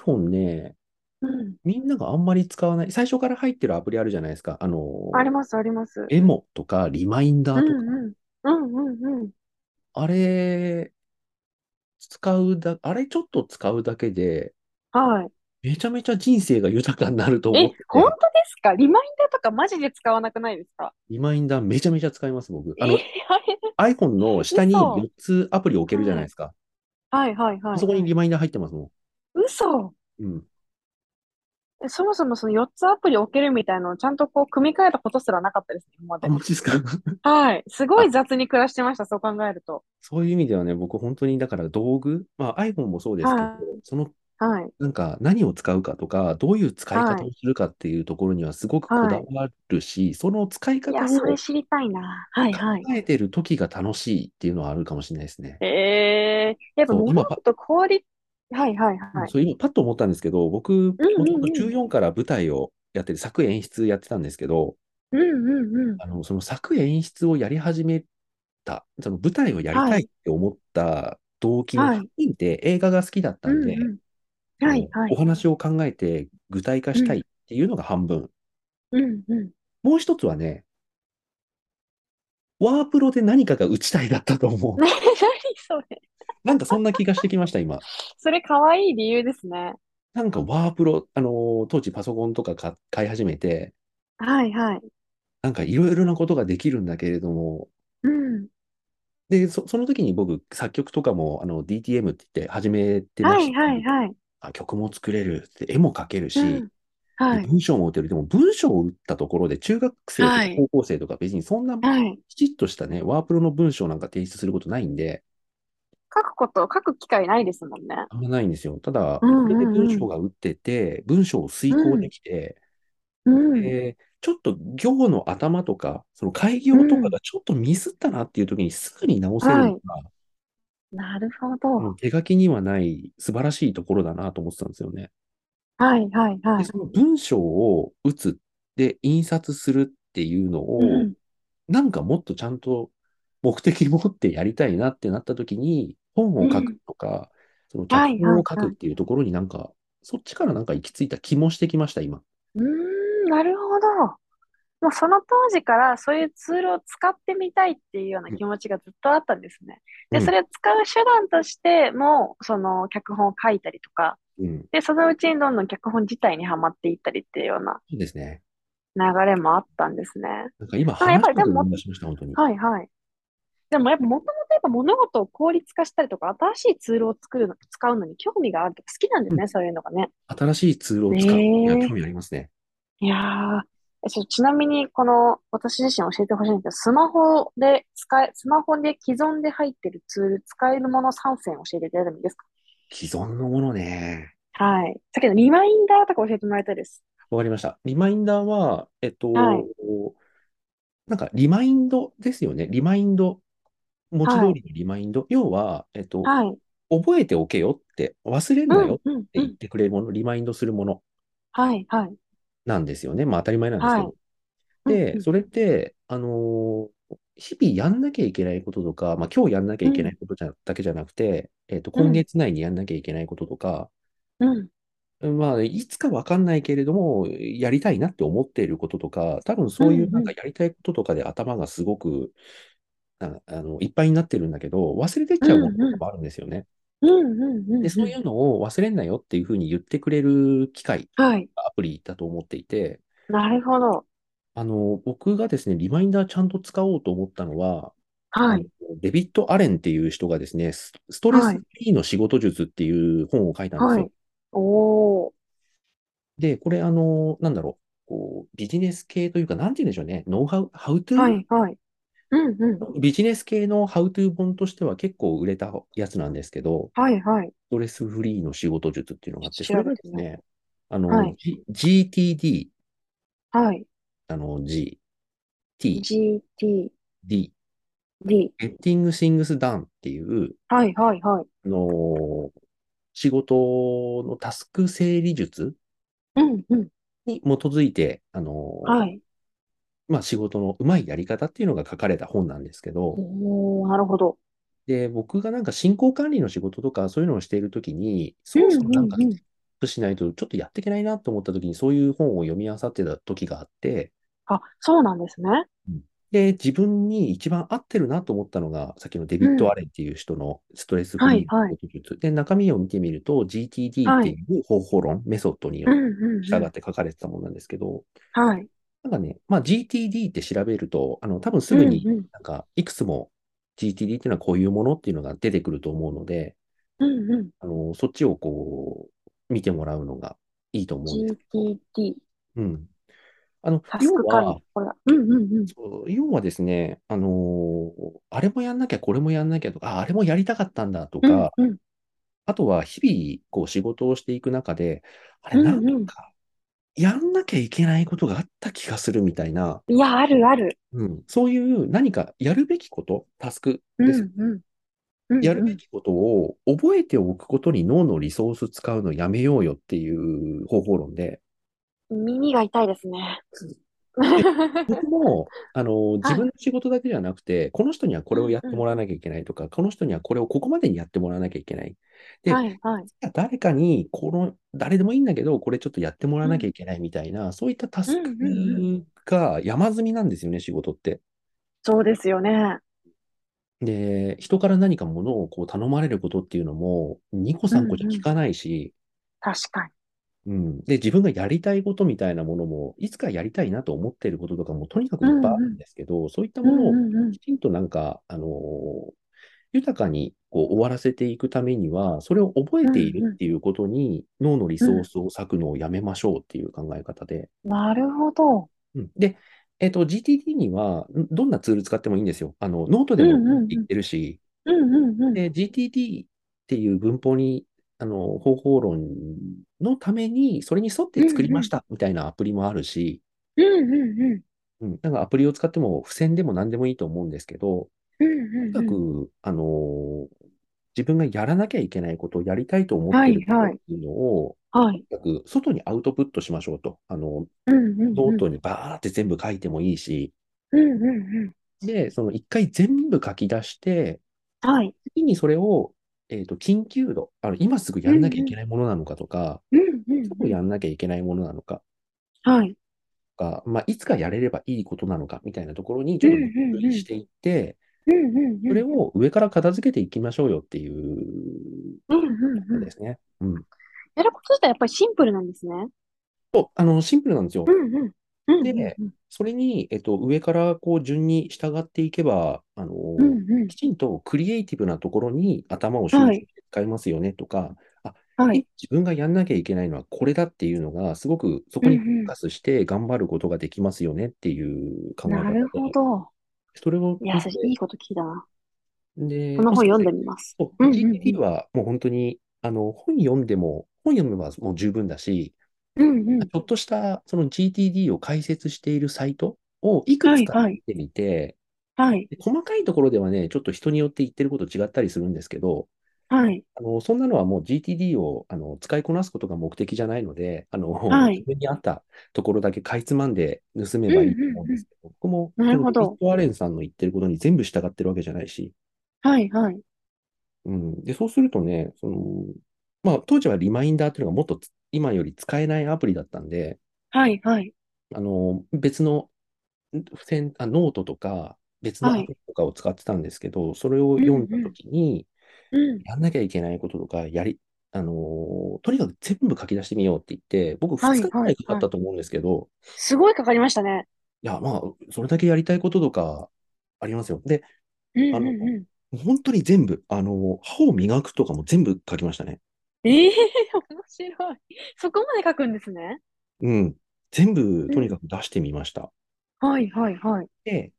[SPEAKER 1] iPhone ね、
[SPEAKER 2] うん。
[SPEAKER 1] みんながあんまり使わない、最初から入ってるアプリあるじゃないですか。あの、
[SPEAKER 2] ありますあります。
[SPEAKER 1] エモとかリマインダ
[SPEAKER 2] う
[SPEAKER 1] ーとか、
[SPEAKER 2] んうん。うんうんうん。
[SPEAKER 1] あれ、使うだ、あれちょっと使うだけで、
[SPEAKER 2] はい。
[SPEAKER 1] めちゃめちゃ人生が豊かになると思っ
[SPEAKER 2] え
[SPEAKER 1] て、
[SPEAKER 2] 本当
[SPEAKER 1] て、
[SPEAKER 2] ですかリマインダーとかマジで使わなくないですか
[SPEAKER 1] リマインダーめちゃめちゃ使います、僕。
[SPEAKER 2] え
[SPEAKER 1] あの、
[SPEAKER 2] あれ
[SPEAKER 1] iPhone の下に
[SPEAKER 2] 嘘
[SPEAKER 1] 4つアプリ置けるじゃないですか。
[SPEAKER 2] はいはいは
[SPEAKER 1] あ
[SPEAKER 2] い。
[SPEAKER 1] そこにリマインダー入ってますも
[SPEAKER 2] 嘘
[SPEAKER 1] ん。うん。
[SPEAKER 2] えそもそもその4つアプリ置けるみたいなのをちゃんとこう組み替えたことすらなかったですね、今ま
[SPEAKER 1] あ、
[SPEAKER 2] で。
[SPEAKER 1] マジですか
[SPEAKER 2] はい。すごい雑に暮らしてました、そう考えると。
[SPEAKER 1] そういう意味ではね、僕本当にだから道具、まあ iPhone もそうですけど
[SPEAKER 2] は、
[SPEAKER 1] その
[SPEAKER 2] はい。
[SPEAKER 1] なんか何を使うかとか、どういう使い方をするかっていうところにはすごくこだわるし、その使い
[SPEAKER 2] い
[SPEAKER 1] 方
[SPEAKER 2] や、
[SPEAKER 1] を
[SPEAKER 2] それ知りたいな。はいはい。
[SPEAKER 1] 考えてる時が楽しいっていうのはあるかもしれないですね。
[SPEAKER 2] ええやっぱ
[SPEAKER 1] そう
[SPEAKER 2] 日
[SPEAKER 1] 今
[SPEAKER 2] 本
[SPEAKER 1] パ
[SPEAKER 2] と効率、はいはいはい。
[SPEAKER 1] そう今パッと思ったんですけど、僕、
[SPEAKER 2] うん
[SPEAKER 1] もと
[SPEAKER 2] うん
[SPEAKER 1] も
[SPEAKER 2] う
[SPEAKER 1] と
[SPEAKER 2] ん
[SPEAKER 1] 14から舞台をやってる作演出やってたんですけど、
[SPEAKER 2] うんうんうん。
[SPEAKER 1] あの、その作演出をやり始めた、その舞台をやりた
[SPEAKER 2] はいい
[SPEAKER 1] って思った動機の
[SPEAKER 2] はい
[SPEAKER 1] 発見って映画が好きだった
[SPEAKER 2] うんん
[SPEAKER 1] で、
[SPEAKER 2] うん。はい
[SPEAKER 1] あの
[SPEAKER 2] は
[SPEAKER 1] お
[SPEAKER 2] い。
[SPEAKER 1] 話を考えて具体化したいっていうのが半分。
[SPEAKER 2] うんうん。
[SPEAKER 1] もう一つはね、ワープロで何かが打ちたいだったと 思う。
[SPEAKER 2] な、なにそれ。
[SPEAKER 1] なんかそんな気がしてきました、今。
[SPEAKER 2] それ可愛い理由ですね。
[SPEAKER 1] なんかワープロ、あのー当時パソコンとか買買い始めて、
[SPEAKER 2] はいはい。
[SPEAKER 1] なんかいろいろなことができるんだけれども、
[SPEAKER 2] うん。
[SPEAKER 1] で、そ、その時に僕、作曲とかもあの DTM って言って始めてま
[SPEAKER 2] は
[SPEAKER 1] し
[SPEAKER 2] い
[SPEAKER 1] た。
[SPEAKER 2] はいはい。
[SPEAKER 1] あ、曲も作れる、で絵も描ける
[SPEAKER 2] う
[SPEAKER 1] し
[SPEAKER 2] ん。、は
[SPEAKER 1] で
[SPEAKER 2] い。
[SPEAKER 1] 文章も打てる。でも文章を打ったところで、中学生とか
[SPEAKER 2] はい
[SPEAKER 1] 高校生とか別にそんな
[SPEAKER 2] はい。
[SPEAKER 1] きちっとしたね、ワープロの文章なんか提出することないんで、
[SPEAKER 2] 書くこと、書く機会ないですもんね。
[SPEAKER 1] あんまないんですよ。ただ、
[SPEAKER 2] うんうん
[SPEAKER 1] こ
[SPEAKER 2] うん
[SPEAKER 1] れで文章が打ってて、文章を遂行できて、
[SPEAKER 2] うん。
[SPEAKER 1] でちょっと行の頭とか、その開業とかがちょっとミスったなっていう時にすぐに直せるのが、
[SPEAKER 2] なるほ
[SPEAKER 1] うん
[SPEAKER 2] ど。
[SPEAKER 1] 手書きにはない素晴らしいところだなと思ってたんですよね。
[SPEAKER 2] はいはいは
[SPEAKER 1] で、
[SPEAKER 2] い。
[SPEAKER 1] その文章を打つで印刷するっていうのを、
[SPEAKER 2] うん。
[SPEAKER 1] なんかもっとちゃんと目的持ってやりたいなってなった時に、本を書くとか、その脚本を書くっていうところになんか、そっちからなんか行き着いた気もしてきました、今。
[SPEAKER 2] うーん、なるほど。もうその当時からそういうツールを使ってみたいっていうような気持ちがずっとあったんですね。で、
[SPEAKER 1] うん
[SPEAKER 2] それを使う手段としても、その脚本を書いたりとか、
[SPEAKER 1] うん。
[SPEAKER 2] で、そのうちにどんどん脚本自体にはまっていったりっていうような
[SPEAKER 1] そうですね。
[SPEAKER 2] 流れもあったんですね。
[SPEAKER 1] なんか今
[SPEAKER 2] あやっ
[SPEAKER 1] 話し
[SPEAKER 2] ぱり
[SPEAKER 1] てて
[SPEAKER 2] でも
[SPEAKER 1] 思い出しました、本当に。
[SPEAKER 2] はいはい。でもやっぱもともとやっぱ物事を効率化したりとか、新しいツールを作るの、使うのに興味があるとか好きなんですね、そういうのがね。
[SPEAKER 1] 新しいツールを使ういや
[SPEAKER 2] ねえ
[SPEAKER 1] 興味ありますね。
[SPEAKER 2] いやー、えちょちなみに、この、私自身教えてほしいんですけど、スマホで使え、スマホで既存で入ってるツール、使えるもの3選教えていただいてもいいですか
[SPEAKER 1] 既存のものね。
[SPEAKER 2] はい。さっきのリマインダーとか教えてもらいたいです。
[SPEAKER 1] わかりました。リマインダーは、えっと、
[SPEAKER 2] はい
[SPEAKER 1] なんかリマインドですよね。リマインド。文字通りのリマインド。要は、えっと、
[SPEAKER 2] はい。
[SPEAKER 1] 覚えておけよって、忘れんなよって
[SPEAKER 2] うん、うん、う
[SPEAKER 1] 言っ
[SPEAKER 2] ん。
[SPEAKER 1] てくれるもの、リマインドするもの
[SPEAKER 2] はい、はい。
[SPEAKER 1] なんですよね。まあ当たり前なんですけど。
[SPEAKER 2] はいうんう
[SPEAKER 1] で、
[SPEAKER 2] ん
[SPEAKER 1] それって、あのー日々やんなきゃいけないこととか、まあ、今日やんなきゃいけないことじゃ、だけじゃなくて、えっと、
[SPEAKER 2] うん
[SPEAKER 1] 今月内にやんなきゃいけないこととか、
[SPEAKER 2] うん。
[SPEAKER 1] まあ、いつかわかんないけれども、やりたいなって思っていることとか、多分そうい
[SPEAKER 2] うんう
[SPEAKER 1] うんなんかやりたいこととかで頭がすごく、ああの、いっぱいになってるんだけど、忘れてっちゃうものとかもあるんですよね。
[SPEAKER 2] うん、うん、うん。
[SPEAKER 1] で、そうい。うのを忘れんなよっていうふうに言ってくれる機械、
[SPEAKER 2] はい。
[SPEAKER 1] アプリだと思っていて、
[SPEAKER 2] なるほど。
[SPEAKER 1] あの、僕がですね、リマインダーちゃんと使おうと思ったのは、
[SPEAKER 2] は
[SPEAKER 1] あ
[SPEAKER 2] い。
[SPEAKER 1] のデビッド・アレンっていう人がですね、スストレスフリーの仕事術っていう本を書いたんです
[SPEAKER 2] は
[SPEAKER 1] よ。
[SPEAKER 2] い。おー。
[SPEAKER 1] で、これ、あの、なんだろう、こう、ビジネス系というか、なんて言うんでしょうね、ノウハウ、ハウトゥー、
[SPEAKER 2] はい、はい。うん、うん。
[SPEAKER 1] ビジネス系のハウトゥー本としては結構売れたやつなんですけど、
[SPEAKER 2] はい、はい。
[SPEAKER 1] ストレスフリーの仕事術っていうのがあって、そ
[SPEAKER 2] 調
[SPEAKER 1] れ
[SPEAKER 2] べ
[SPEAKER 1] がで
[SPEAKER 2] て
[SPEAKER 1] す
[SPEAKER 2] みよう
[SPEAKER 1] ね、あの、
[SPEAKER 2] はい
[SPEAKER 1] G- GTD、
[SPEAKER 2] はい。
[SPEAKER 1] あの、G、T、
[SPEAKER 2] GTD。
[SPEAKER 1] D、Getting Things Done っていう、
[SPEAKER 2] はい、はい、はい。
[SPEAKER 1] あのー仕事のタスク整理術
[SPEAKER 2] うん、うん。
[SPEAKER 1] に基づいて、あのー
[SPEAKER 2] はい。
[SPEAKER 1] まあ、仕事のうまいやり方っていうのが書かれた本なんですけど、
[SPEAKER 2] おー、なるほど。
[SPEAKER 1] で、僕がなんか進行管理の仕事とかそういうのをしているときに、
[SPEAKER 2] う
[SPEAKER 1] そ
[SPEAKER 2] ん、
[SPEAKER 1] ろそろなんか
[SPEAKER 2] うん、うん。
[SPEAKER 1] アップしないとちょっとやっていけないなと思ったときに、そういう本を読み漁ってた時があって、
[SPEAKER 2] あ、そうなんですね。
[SPEAKER 1] で、自分に一番合ってるなと思ったのが、さっきのデビッ
[SPEAKER 2] うん
[SPEAKER 1] ド・アレンっていう人のストレスフリー
[SPEAKER 2] はいはい
[SPEAKER 1] の術。で、中身を見てみると、GTD っていう方法論、メソッドによ
[SPEAKER 2] う
[SPEAKER 1] っ
[SPEAKER 2] ん、
[SPEAKER 1] て
[SPEAKER 2] うん、
[SPEAKER 1] 従
[SPEAKER 2] う
[SPEAKER 1] って書かれてたものなんですけど、
[SPEAKER 2] ん。はい。
[SPEAKER 1] なんかね、まあ、GTD って調べると、あの、多分す
[SPEAKER 2] う
[SPEAKER 1] ぐ
[SPEAKER 2] ん、
[SPEAKER 1] に
[SPEAKER 2] うん。
[SPEAKER 1] なんかいくつも GTD っていうのはこういうものっていうのが出てくると思うので、
[SPEAKER 2] うん、うん。
[SPEAKER 1] あの、そっちをこう、見てもらうのがいいと思うんです。
[SPEAKER 2] GTD。
[SPEAKER 1] うん。あの、
[SPEAKER 2] タス
[SPEAKER 1] 要
[SPEAKER 2] ク管理。
[SPEAKER 1] は、
[SPEAKER 2] これだ。うん、うん、うん。
[SPEAKER 1] そう要はですね、あのーあれもやんなきゃ、これもやんなきゃとか、ああれもやりたかったんだと
[SPEAKER 2] うん
[SPEAKER 1] か、、
[SPEAKER 2] うん。
[SPEAKER 1] あとは日々、こう仕事をしていく中で、あれ
[SPEAKER 2] うん
[SPEAKER 1] なん
[SPEAKER 2] うん
[SPEAKER 1] か、やんなきゃいけないことがあった気がするみたいな、
[SPEAKER 2] いや、あるある。
[SPEAKER 1] うん、そういう何かやるべきこと、タスク
[SPEAKER 2] うん、
[SPEAKER 1] です。
[SPEAKER 2] うん。うん、
[SPEAKER 1] やる
[SPEAKER 2] う
[SPEAKER 1] べ
[SPEAKER 2] ん。
[SPEAKER 1] きことを覚えておくことに脳のリソース使うのやめようよっていう方法論で、
[SPEAKER 2] 耳が痛いですね。
[SPEAKER 1] 僕も、あの、自分の仕事だけじゃなくて、この人にはこれをやってもらわなきゃいけないとか、この人にはこれをここまでにやってもらわなきゃいけない。で
[SPEAKER 2] はい、はい。
[SPEAKER 1] 誰かに、この、誰でもいいんだけど、これちょっとやってもらわなきゃいけないみたいな、そういったタスク
[SPEAKER 2] うんうん
[SPEAKER 1] が山積みなんですよね、仕事って。
[SPEAKER 2] そうですよね。
[SPEAKER 1] で、人から何かものをこう頼まれることっていうのも、2個3個じゃ聞かないし、
[SPEAKER 2] 確かに。
[SPEAKER 1] うん。で、自分がやりたいことみたいなものも、いつかやりたいなと思っていることとかも、とにかくいっぱいあるんですけど、そういった
[SPEAKER 2] う
[SPEAKER 1] も
[SPEAKER 2] ん
[SPEAKER 1] のを
[SPEAKER 2] うんうん
[SPEAKER 1] き。ちんとなんか、あのー豊かにこう終わらせていくためには、それを覚えているっていうことに、脳のリソースを割くのをやめましょうっていう考え方で。
[SPEAKER 2] なるほど。
[SPEAKER 1] うんで、えっと、GTD には、んどんなツール使ってもいいんですよ。あの、ノートでも
[SPEAKER 2] うんうんうん
[SPEAKER 1] 言ってるし、
[SPEAKER 2] うんうんうん。
[SPEAKER 1] で、GTD っていう文法に、あの、方法論のために、それに沿って作りましたみたいなアプリもあるし、
[SPEAKER 2] うんうんうん。
[SPEAKER 1] うん、なんかアプリを使っても、付箋でも何でもいいと思うんですけど、
[SPEAKER 2] うん
[SPEAKER 1] と
[SPEAKER 2] う
[SPEAKER 1] に
[SPEAKER 2] ん
[SPEAKER 1] か
[SPEAKER 2] うん。
[SPEAKER 1] く、あのー自分がやらなきゃいけないこと、やりたいと思っていること
[SPEAKER 2] はいは
[SPEAKER 1] っ
[SPEAKER 2] い
[SPEAKER 1] ていうのを、
[SPEAKER 2] はい。
[SPEAKER 1] とにかく外にアウトプットしましょうと。あの、
[SPEAKER 2] うんうん
[SPEAKER 1] ノ
[SPEAKER 2] う
[SPEAKER 1] ー
[SPEAKER 2] ん。
[SPEAKER 1] トにバーって全部書いてもいいし、
[SPEAKER 2] うんうんうん。
[SPEAKER 1] で、その一回全部書き出して、
[SPEAKER 2] はい。
[SPEAKER 1] 次にそれを、えっと、緊急度、あの、今すぐやんなきゃいけないものなのかとか、
[SPEAKER 2] うんうん
[SPEAKER 1] すぐやんなきゃいけないものなのか
[SPEAKER 2] はい。
[SPEAKER 1] とか、まあ、いつかやれればいいことなのかみたいなところにちょっと分類していって、
[SPEAKER 2] うんうんうん。
[SPEAKER 1] それを上から片付けていきましょうよっていう
[SPEAKER 2] うんうんうん。
[SPEAKER 1] ですね。うん。
[SPEAKER 2] やること自体やっぱりシンプルなんですね。
[SPEAKER 1] と、あの、シンプルなんですよ
[SPEAKER 2] う。んうん。うんうん
[SPEAKER 1] でそれに、えっと、上からこう順に従っていけば、あの、
[SPEAKER 2] うん。うんうん
[SPEAKER 1] き。ちんとクリエイティブなところに頭を集中して使いますよねとか、
[SPEAKER 2] はい。
[SPEAKER 1] 自分がやんなきゃいけないのはこれだっていうのが、すごくそこにフォーカスして頑張ることができますよねっていう考え
[SPEAKER 2] な
[SPEAKER 1] 方
[SPEAKER 2] る
[SPEAKER 1] で、
[SPEAKER 2] ほど。
[SPEAKER 1] それを
[SPEAKER 2] いや、それいいこと聞いたな。
[SPEAKER 1] で、
[SPEAKER 2] この本読んでみます。
[SPEAKER 1] そうう、
[SPEAKER 2] んうんうん
[SPEAKER 1] GTD はもう本当に、あの、本読んでも、本読めばもう十分だし、
[SPEAKER 2] うんうん。
[SPEAKER 1] ちょっとしたその GTD を解説しているサイトをいくつか
[SPEAKER 2] はいはい
[SPEAKER 1] 見てみて、
[SPEAKER 2] はい、
[SPEAKER 1] で細かいところではね、ちょっと人によって言ってること違ったりするんですけど、
[SPEAKER 2] はい、
[SPEAKER 1] あの、そんなのはもう GTD をあの使いこなすことが目的じゃないので、あの、
[SPEAKER 2] はい
[SPEAKER 1] 自分に合ったところだけかいつまんで盗めばいいと思うんですけど、僕も、
[SPEAKER 2] なるほど
[SPEAKER 1] このビットアレンさんの言ってることに全部従ってるわけじゃないし、
[SPEAKER 2] はい、はい。
[SPEAKER 1] うん。で、そうするとね、その、まあ、当時はリマインダーっていうのがもっとつ今より使えないアプリだったんで、
[SPEAKER 2] はい、はい。
[SPEAKER 1] あの、別の、ん付箋、あ、ノートとか、別のア
[SPEAKER 2] はい
[SPEAKER 1] プリとかを使ってたんですけど、それを読んだときに、
[SPEAKER 2] うん。
[SPEAKER 1] やんなきゃいけないこととか、やり、あのーとにかく全部書き出してみようって言って、僕
[SPEAKER 2] は
[SPEAKER 1] 2
[SPEAKER 2] い
[SPEAKER 1] 日くらいかかったと思うんですけど、
[SPEAKER 2] すごいかかりましたね。
[SPEAKER 1] いや、まあ、それだけやりたいこととかありますよ。で、
[SPEAKER 2] うん、
[SPEAKER 1] あ
[SPEAKER 2] う
[SPEAKER 1] の
[SPEAKER 2] ん、う
[SPEAKER 1] 本当に全部、あのー歯を磨くとかも全部書きましたね。
[SPEAKER 2] ん。ええ面白い。そこまで書くんですね。
[SPEAKER 1] うん。全部、とにかく出してみました。
[SPEAKER 2] はい、はい、はい。
[SPEAKER 1] で、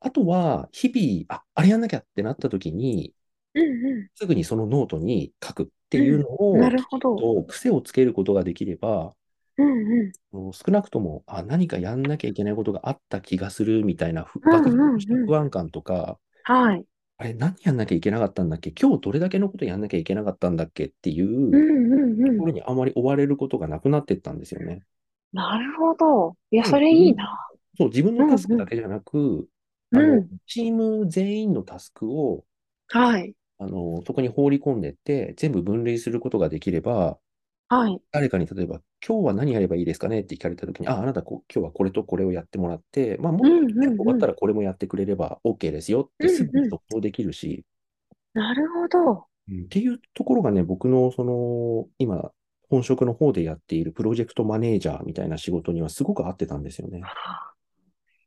[SPEAKER 1] あとは、日々、あ、あれやんなきゃってなった時に、
[SPEAKER 2] うん、う
[SPEAKER 1] すぐにそのノートに書くっていうのを、
[SPEAKER 2] ん。なるほど。
[SPEAKER 1] と癖をつけることができれば、
[SPEAKER 2] うん、うん。
[SPEAKER 1] あの少なくとも、あ、何かやんなきゃいけないことがあった気がするみたいなふ、
[SPEAKER 2] うんうん
[SPEAKER 1] 漠然とした
[SPEAKER 2] うん
[SPEAKER 1] 不安感とか、
[SPEAKER 2] はい。
[SPEAKER 1] あれ、何やんなきゃいけなかったんだっけ今日どれだけのことやんなきゃいけなかったんだっけっていううと
[SPEAKER 2] ん、うん、う
[SPEAKER 1] こ
[SPEAKER 2] ん。
[SPEAKER 1] ろにあまり追われることがなくなってったんですよね。
[SPEAKER 2] なるほど。いや、
[SPEAKER 1] うん
[SPEAKER 2] それいいな。
[SPEAKER 1] そう、自分のタスクだけじゃなく、あ
[SPEAKER 2] う
[SPEAKER 1] の
[SPEAKER 2] ん。、
[SPEAKER 1] チーム全員のタスクを、
[SPEAKER 2] はい。
[SPEAKER 1] あの、そこに放り込んでって、全部分類することができれば、
[SPEAKER 2] はい。
[SPEAKER 1] 誰かに例えば、今日は何やればいいですかねって聞かれたときに、あ、あなたこう今日はこれとこれをやってもらって、まあ、も
[SPEAKER 2] う
[SPEAKER 1] っ
[SPEAKER 2] ん、うん、
[SPEAKER 1] 終わ
[SPEAKER 2] う
[SPEAKER 1] っ
[SPEAKER 2] ん
[SPEAKER 1] た。らこれもやってくれれば OK ですよってすぐに続行できるし、
[SPEAKER 2] なるほど。
[SPEAKER 1] うんっていうところがね、僕のその今、本職の方でやっているプロジェクトマネージャーみたいな仕事にはすごく合ってたんですよね。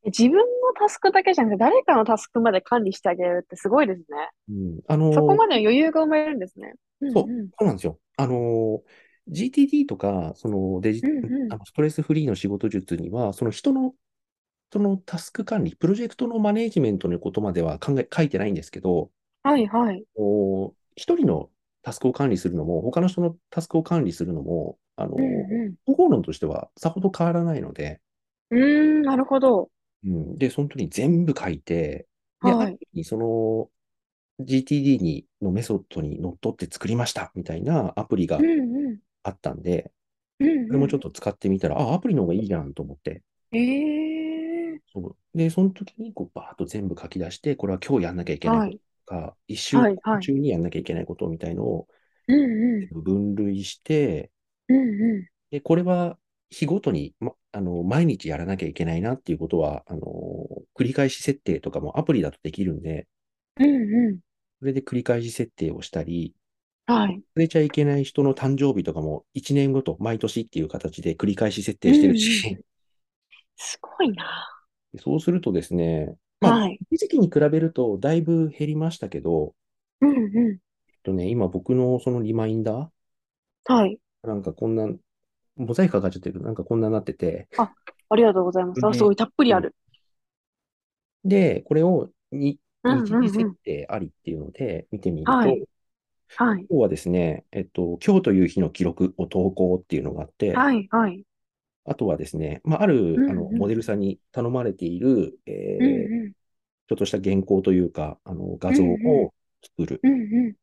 [SPEAKER 2] 自分のタスクだけじゃなくて、誰かのタスクまで管理してあげるってすごいですね。
[SPEAKER 1] うん、あの
[SPEAKER 2] そこまでの余裕が生まれるんですね。うん
[SPEAKER 1] そう
[SPEAKER 2] うん
[SPEAKER 1] そうなんですよ。あの、GTD とか、そのデジ、
[SPEAKER 2] うんうん
[SPEAKER 1] あのストレスフリーの仕事術には、その人の、そのタスク管理、プロジェクトのマネージメントのことまでは考え、書いてないんですけど、
[SPEAKER 2] はいはい。
[SPEAKER 1] こう一人のタスクを管理するのも、他の人のタスクを管理するのも、あの、
[SPEAKER 2] うんう
[SPEAKER 1] 方法論としてはさほど変わらないので、
[SPEAKER 2] ん。うーん、なるほど。
[SPEAKER 1] うん、で、その時に全部書いて、で、
[SPEAKER 2] はい
[SPEAKER 1] ある意味その GTD にのメソッドにのっとって作りましたみたいなアプリが
[SPEAKER 2] うんうん。
[SPEAKER 1] あったんで、
[SPEAKER 2] うん、
[SPEAKER 1] それもちょっ
[SPEAKER 2] と。
[SPEAKER 1] と使ってみたら、あ、アプリの方がいいじゃんと思って、
[SPEAKER 2] ええ
[SPEAKER 1] そうで、その時にこうバーッと全部書き出して、これは今日やんなきゃいけな
[SPEAKER 2] はいい。
[SPEAKER 1] こととか、一週
[SPEAKER 2] はいは
[SPEAKER 1] 間
[SPEAKER 2] い
[SPEAKER 1] 中にやんなきゃいけないことみたいのを
[SPEAKER 2] うんう
[SPEAKER 1] 分類して、
[SPEAKER 2] ん。うんう
[SPEAKER 1] で、これは日ごとに、ま、あの、毎日やらなきゃいけないなっていうことは、あの、繰り返し設定とかもアプリだとできるんで、
[SPEAKER 2] ん。うんう
[SPEAKER 1] それで繰り返し設定をしたり、
[SPEAKER 2] ん。はい。
[SPEAKER 1] 忘れちゃいけない人の誕生日とかも1年ごと毎年っていう形で繰り返し設定してるし、
[SPEAKER 2] すごいな。
[SPEAKER 1] そうするとですね、まあ、
[SPEAKER 2] はい。
[SPEAKER 1] 一時期に比べるとだいぶ減りましたけど、
[SPEAKER 2] うんう
[SPEAKER 1] えっとね、今僕のそのリマインダ
[SPEAKER 2] ん。はい。
[SPEAKER 1] ー、なんかこんな、モザイクかかっちゃってるけど、なんかこんなになってて、
[SPEAKER 2] ありがとうございます。あ、
[SPEAKER 1] ね
[SPEAKER 2] すごいたっぷりある。
[SPEAKER 1] で、これをに
[SPEAKER 2] うん
[SPEAKER 1] 日
[SPEAKER 2] うん
[SPEAKER 1] 時
[SPEAKER 2] う
[SPEAKER 1] 設
[SPEAKER 2] ん。
[SPEAKER 1] 定ありっていうので見てみると、
[SPEAKER 2] はいはい。
[SPEAKER 1] 今日はですね、えっと、今日という日の記録を投稿っていうのがあって、
[SPEAKER 2] はいはい。
[SPEAKER 1] あとはですね、まあ、ある、
[SPEAKER 2] うんうん
[SPEAKER 1] あのモデルさんに頼まれている、え
[SPEAKER 2] うん
[SPEAKER 1] ー
[SPEAKER 2] う
[SPEAKER 1] ちょっとした原稿というか、あの画像
[SPEAKER 2] うんう
[SPEAKER 1] を作る。
[SPEAKER 2] ん。うんう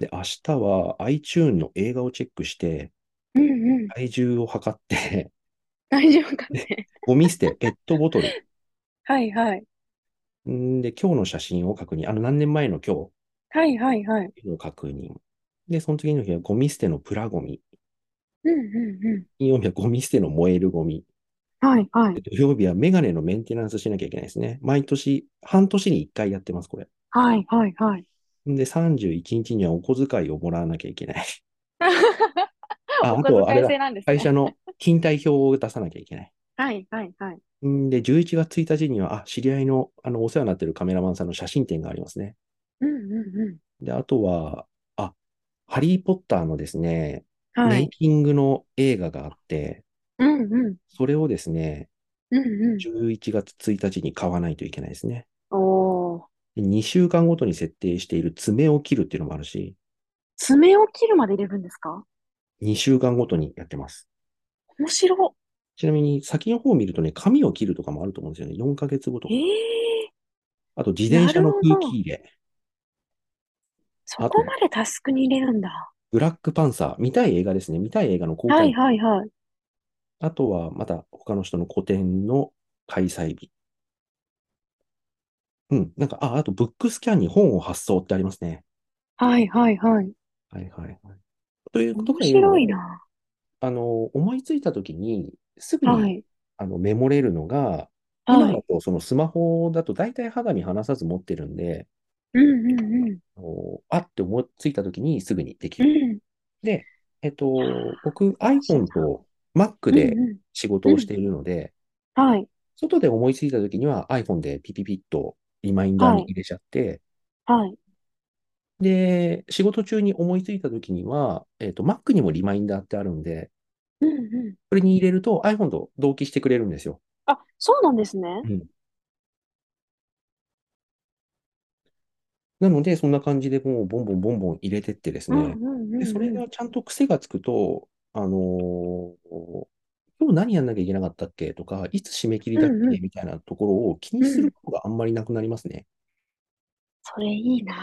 [SPEAKER 1] で、明日は iTune の映画をチェックして、
[SPEAKER 2] ん。うんうん。
[SPEAKER 1] 体重を測って、
[SPEAKER 2] 大丈夫かね。
[SPEAKER 1] ゴミ捨て、ペットボトル。
[SPEAKER 2] はいはい。
[SPEAKER 1] んで、今日の写真を確認。あの、何年前の今
[SPEAKER 2] はいはいはい。
[SPEAKER 1] 日の確認。で、その次の日はゴミ捨てのプラゴミ。
[SPEAKER 2] うんうんう
[SPEAKER 1] 金曜日はゴミ捨ての燃えるゴミ。
[SPEAKER 2] ん。はいはい
[SPEAKER 1] で。土曜日はメガネのメンテナンスしなきゃいけないですね。毎年、半年に1回やってます、これ。
[SPEAKER 2] はいはいはい。
[SPEAKER 1] で、31日にはお小遣いをもらわなきゃいけ ない。あ、あ
[SPEAKER 2] お小
[SPEAKER 1] とはあれ
[SPEAKER 2] 遣い
[SPEAKER 1] だ
[SPEAKER 2] 制。なんですね。
[SPEAKER 1] 会社の勤怠表を出さなきゃいけない。
[SPEAKER 2] はいはいはい。
[SPEAKER 1] んで、11月1日には、あ、知り合いの、あの、お世話になってるカメラマンさんの写真展がありますね。
[SPEAKER 2] うんうん
[SPEAKER 1] で、あとは、あ、ハリー・ポッターのですね、
[SPEAKER 2] うん。は
[SPEAKER 1] メイ
[SPEAKER 2] い。
[SPEAKER 1] キングの映画があって、
[SPEAKER 2] うんうん。
[SPEAKER 1] それをですね、
[SPEAKER 2] うんうん。
[SPEAKER 1] 11月1日に買わないといけないですね。
[SPEAKER 2] おー。
[SPEAKER 1] で2週間ごとに設定している爪を切るっていうのもあるし、
[SPEAKER 2] 爪を切るまで入れるんですか
[SPEAKER 1] 2週間ごとにやってます。
[SPEAKER 2] 面白。
[SPEAKER 1] ちなみに先の方を見るとね、髪を切るとかもあると思うんですよね。4ヶ月後とか
[SPEAKER 2] え。え
[SPEAKER 1] あと自転車の空気入れ、
[SPEAKER 2] そこまでタスクに入れるんだ。
[SPEAKER 1] ブラックパンサー、見たい映画ですね。見たい映画の公開
[SPEAKER 2] は
[SPEAKER 1] 日
[SPEAKER 2] いはいはい。
[SPEAKER 1] あとは、また他の人の個展の開催日。うん、なんか、あ、あと、ブックスキャンに本を発送ってありますね。
[SPEAKER 2] はいはいはい。
[SPEAKER 1] はいはいはい。ということ
[SPEAKER 2] 面
[SPEAKER 1] で、
[SPEAKER 2] 白いな。
[SPEAKER 1] あの、思いついたときに、すぐに、
[SPEAKER 2] はい。
[SPEAKER 1] あのメモれるのが、
[SPEAKER 2] は
[SPEAKER 1] 今
[SPEAKER 2] い
[SPEAKER 1] だ。とそのスマホだと大体肌身離さず持ってるんで、
[SPEAKER 2] うんうんうん。
[SPEAKER 1] あのあって思いついたときにすぐにでき
[SPEAKER 2] う
[SPEAKER 1] る。
[SPEAKER 2] ん。
[SPEAKER 1] えっと
[SPEAKER 2] いやー、
[SPEAKER 1] 僕、iPhone と Mac で
[SPEAKER 2] うんうん
[SPEAKER 1] 仕事をしているので、
[SPEAKER 2] はい。
[SPEAKER 1] 外で思いついたときには iPhone でピピピッとリマインダーに入れちゃって、
[SPEAKER 2] はい。
[SPEAKER 1] で、仕事中に思いついたときには、えっと、Mac にもリマインダーってあるんで、
[SPEAKER 2] うんうん。
[SPEAKER 1] これに入れると iPhone と同期してくれるんですよ。
[SPEAKER 2] あ、そうなんですね。
[SPEAKER 1] なので、そんな感じでもうボンボンボンボン入れてってです
[SPEAKER 2] うん
[SPEAKER 1] ね
[SPEAKER 2] う、んうん
[SPEAKER 1] で、それ
[SPEAKER 2] うん。
[SPEAKER 1] がちゃんと癖がつくと、あのー今日何やんなきゃいけなかったっけとか、いつ締め切りだっ
[SPEAKER 2] うんう
[SPEAKER 1] けみたいなところを気にすることがあんまりなくなりますね。
[SPEAKER 2] それいいな。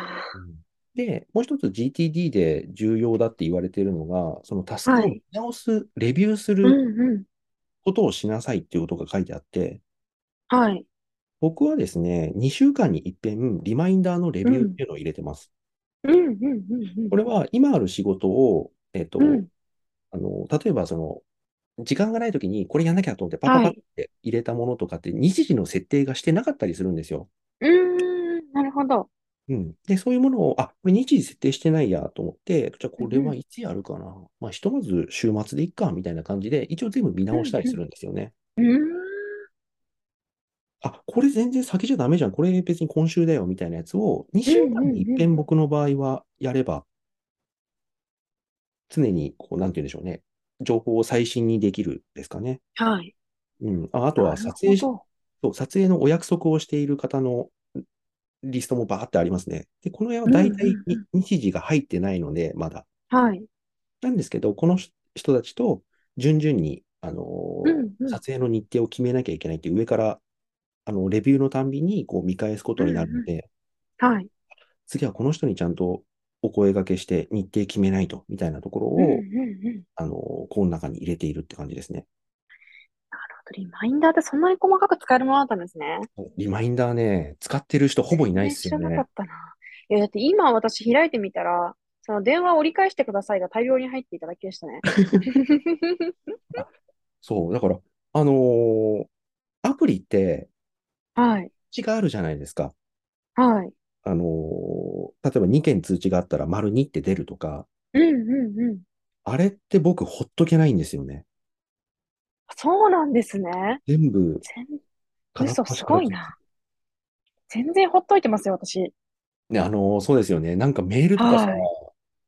[SPEAKER 1] で、もう一つ GTD で重要だって言われているのが、そのタスクを見直す、レビューす
[SPEAKER 2] うん
[SPEAKER 1] る
[SPEAKER 2] うん。
[SPEAKER 1] ことをしなさいっていうことが書いてあって、
[SPEAKER 2] はい。
[SPEAKER 1] 僕はですね、2週間に一遍リマインダーのレビューっていうのを入れてます。
[SPEAKER 2] うんうんうんうん。
[SPEAKER 1] これは今ある仕事を、えっと、
[SPEAKER 2] うん。
[SPEAKER 1] あの、例えばその、時間がないときにこれやんなきゃと思ってパパパって入れたものとかって日時の設定がしてなかったりするんですよ。
[SPEAKER 2] うーん。なるほど。
[SPEAKER 1] うん。で、そういうものを、あ、これ日時設定してないやと思って、じゃあこれ
[SPEAKER 2] うんう
[SPEAKER 1] は
[SPEAKER 2] ん
[SPEAKER 1] いつやるかな。まあ、ひとまず週末でいっか、みたいな感じで、一応全部見直したりするんですよね。
[SPEAKER 2] うーん。
[SPEAKER 1] あ、これ全然先じゃダメじゃん。これ別に今週だよ、みたいなやつを2週間に一遍僕の場合はやれば、常に、こう、なんて言うんでしょうね。情報を最新にできるですかね。
[SPEAKER 2] はい。
[SPEAKER 1] うん。あ、あとは
[SPEAKER 2] なる
[SPEAKER 1] 撮
[SPEAKER 2] ほ
[SPEAKER 1] 影し
[SPEAKER 2] ど。
[SPEAKER 1] そう、撮影のお約束をしている方のリストもバーってありますね。で、この絵は大体
[SPEAKER 2] うんうんうん
[SPEAKER 1] 日時が入ってないので、まだ。
[SPEAKER 2] はい。
[SPEAKER 1] なんですけど、この人人たちと順々に、あのー
[SPEAKER 2] うんうん
[SPEAKER 1] 撮影の日程を決めなきゃいけないっていう上から、あの、レビューのたんびにこう見返すことになるので、
[SPEAKER 2] はい。
[SPEAKER 1] 次はこの人にちゃんとお声掛けして日程決めないと、みたいなところを、
[SPEAKER 2] うんうんうん。
[SPEAKER 1] あのーこの中に入れているって感じですね。
[SPEAKER 2] リマインダーってそんなに細かく使えるものだったんですね。
[SPEAKER 1] リマインダーね、使ってる人ほぼいないですよ
[SPEAKER 2] 全然知
[SPEAKER 1] ね
[SPEAKER 2] らな。かったな。いや、だって今私開いてみたら、その電話を折り返してくださいが大量に入っていただきでした ね。
[SPEAKER 1] そう、だから、あのーアプリって、
[SPEAKER 2] はい。
[SPEAKER 1] 通知があるじゃないですか。
[SPEAKER 2] はい。
[SPEAKER 1] あのー例えば2件通知があったら、丸2って出るとか、
[SPEAKER 2] うんうんうん。
[SPEAKER 1] あれって僕、ほっとけないんですよね。
[SPEAKER 2] そうなんですね。
[SPEAKER 1] 全部、
[SPEAKER 2] 全
[SPEAKER 1] 片っ
[SPEAKER 2] 嘘
[SPEAKER 1] 端
[SPEAKER 2] す
[SPEAKER 1] から
[SPEAKER 2] ごいな。全然ほっといてますよ、私。
[SPEAKER 1] ね、あのーそうですよね。なんかメールとかさ、
[SPEAKER 2] はい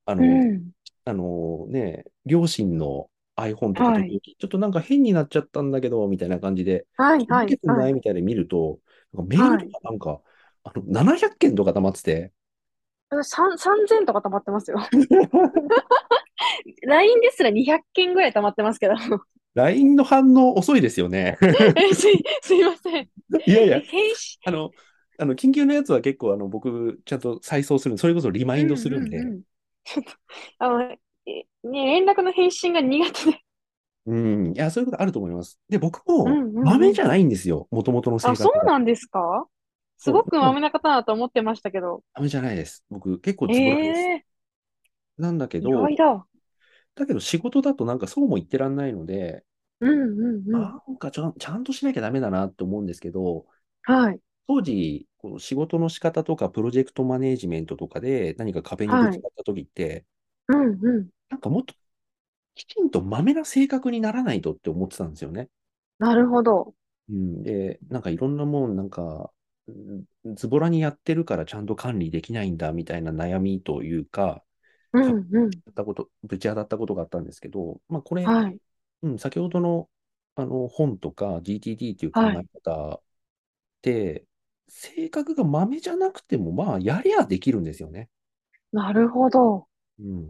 [SPEAKER 1] あの
[SPEAKER 2] う
[SPEAKER 1] ー
[SPEAKER 2] ん。
[SPEAKER 1] あのーね、両親の iPhone とか
[SPEAKER 2] は
[SPEAKER 1] 時
[SPEAKER 2] い
[SPEAKER 1] 々ちょっとなんか変になっちゃったんだけど、みたいな感じで、
[SPEAKER 2] はいは
[SPEAKER 1] 受け
[SPEAKER 2] い
[SPEAKER 1] てな
[SPEAKER 2] はいい。
[SPEAKER 1] みたいで見ると、なんかメールとかなんか、あの700件とか溜まってて、
[SPEAKER 2] 三3000とか溜まってま すよ。LINE ですら200件ぐらい溜まってま すけど。
[SPEAKER 1] LINE の反応遅いですよね。
[SPEAKER 2] えすい、すいません。
[SPEAKER 1] いやいや、
[SPEAKER 2] 返信、
[SPEAKER 1] あの、あの緊急のやつは結構あの僕、ちゃんと再送する、それこそリマインドするんで、
[SPEAKER 2] うううちょっと、あの、えね、連絡の返信が苦手で。
[SPEAKER 1] うん、いや、そういうことあると思います。で、僕
[SPEAKER 2] うん
[SPEAKER 1] も、
[SPEAKER 2] うんうん
[SPEAKER 1] まめじゃないんですよ、もともとの性
[SPEAKER 2] あ、
[SPEAKER 1] 格
[SPEAKER 2] そ
[SPEAKER 1] が。
[SPEAKER 2] うなんですかすごくまめな方だと思ってましたけど。
[SPEAKER 1] まめじゃないです。僕、結構ズボラです。
[SPEAKER 2] ええ
[SPEAKER 1] なんだけ
[SPEAKER 2] ー、
[SPEAKER 1] ど
[SPEAKER 2] 意、外だ。
[SPEAKER 1] だけど仕事だとなんかそうも言ってらんないので、
[SPEAKER 2] うんうんうん。
[SPEAKER 1] なんかちゃんちゃんとしなきゃダメだなって思うんですけど、
[SPEAKER 2] はい。
[SPEAKER 1] 当時、こう仕事の仕方とかプロジェクトマネージメントとかで何か壁にぶつかった時って、
[SPEAKER 2] うんうん。
[SPEAKER 1] なんかもっときちんとまめな性格にならないとって思ってたんですよね。
[SPEAKER 2] なるほど。
[SPEAKER 1] うん、で、なんかいろんなもん、なんか、うんズボラにやってるからちゃんと管理できないんだみたいな悩みというか、
[SPEAKER 2] うんう
[SPEAKER 1] や
[SPEAKER 2] ん。
[SPEAKER 1] ったこと、ぶち当たったことがあったんですけど、まあこれ、
[SPEAKER 2] はい。
[SPEAKER 1] うん、先ほどの、あの本とか GTD っていう考
[SPEAKER 2] は
[SPEAKER 1] え方って、性格がマメじゃなくても、まあやりゃできるんですよね。
[SPEAKER 2] なるほど。
[SPEAKER 1] うん。っ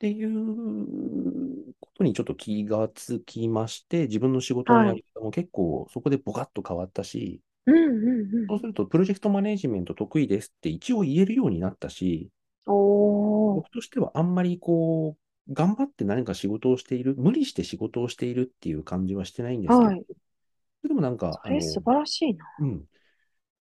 [SPEAKER 1] ていうことにちょっと気がつきまして、自分の仕事のやり方も結構そこでボカッと変わったし、
[SPEAKER 2] うんうんう。
[SPEAKER 1] そうんするとプロジェクトマネジメント得意ですって一応言えるようになったし、
[SPEAKER 2] おー。
[SPEAKER 1] 僕としてはあんまりこう、頑張って何か仕事をしている、無理して仕事をしているっていう感じはしてないんですけど、
[SPEAKER 2] はい。
[SPEAKER 1] でもなんか、
[SPEAKER 2] それ
[SPEAKER 1] あの
[SPEAKER 2] 素晴らしいな。
[SPEAKER 1] うん。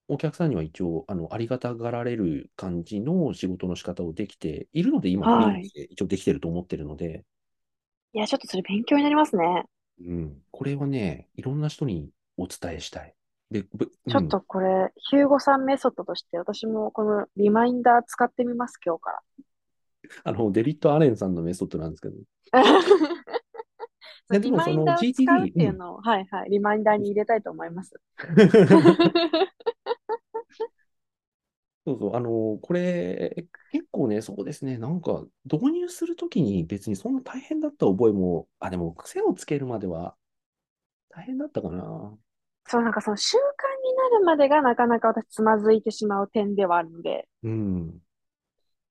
[SPEAKER 1] お客さんには一応、あの、ありがたがられる感じの仕事の仕方をできているので、今、
[SPEAKER 2] はい
[SPEAKER 1] フリーランスで一応できてると思ってるので、
[SPEAKER 2] いや、ちょっとそれ勉強になりますね。
[SPEAKER 1] うん。これはね、いろんな人にお伝えしたい。で、ぶ
[SPEAKER 2] ちょっとこれ、ヒューゴさんメソッドとして、私もこのリマインダー使ってみます、今日か
[SPEAKER 1] うん、あの、デビッド・アレンさんのメソッドなんですけど、
[SPEAKER 2] ら。
[SPEAKER 1] やで
[SPEAKER 2] リ
[SPEAKER 1] も
[SPEAKER 2] マ
[SPEAKER 1] その
[SPEAKER 2] インダー使うっていうのを、はいはい、リマインダーに入れたいと思います。
[SPEAKER 1] そうそう、あの、これ、結構ね、そうですね、なんか、導入するときに別にそんな大変だった覚えも、あ、でも、癖をつけるまでは、大変だったかな。
[SPEAKER 2] そう、なんかその習慣になるまでがなかなか私つまずいてしまう点ではあるので、
[SPEAKER 1] うん。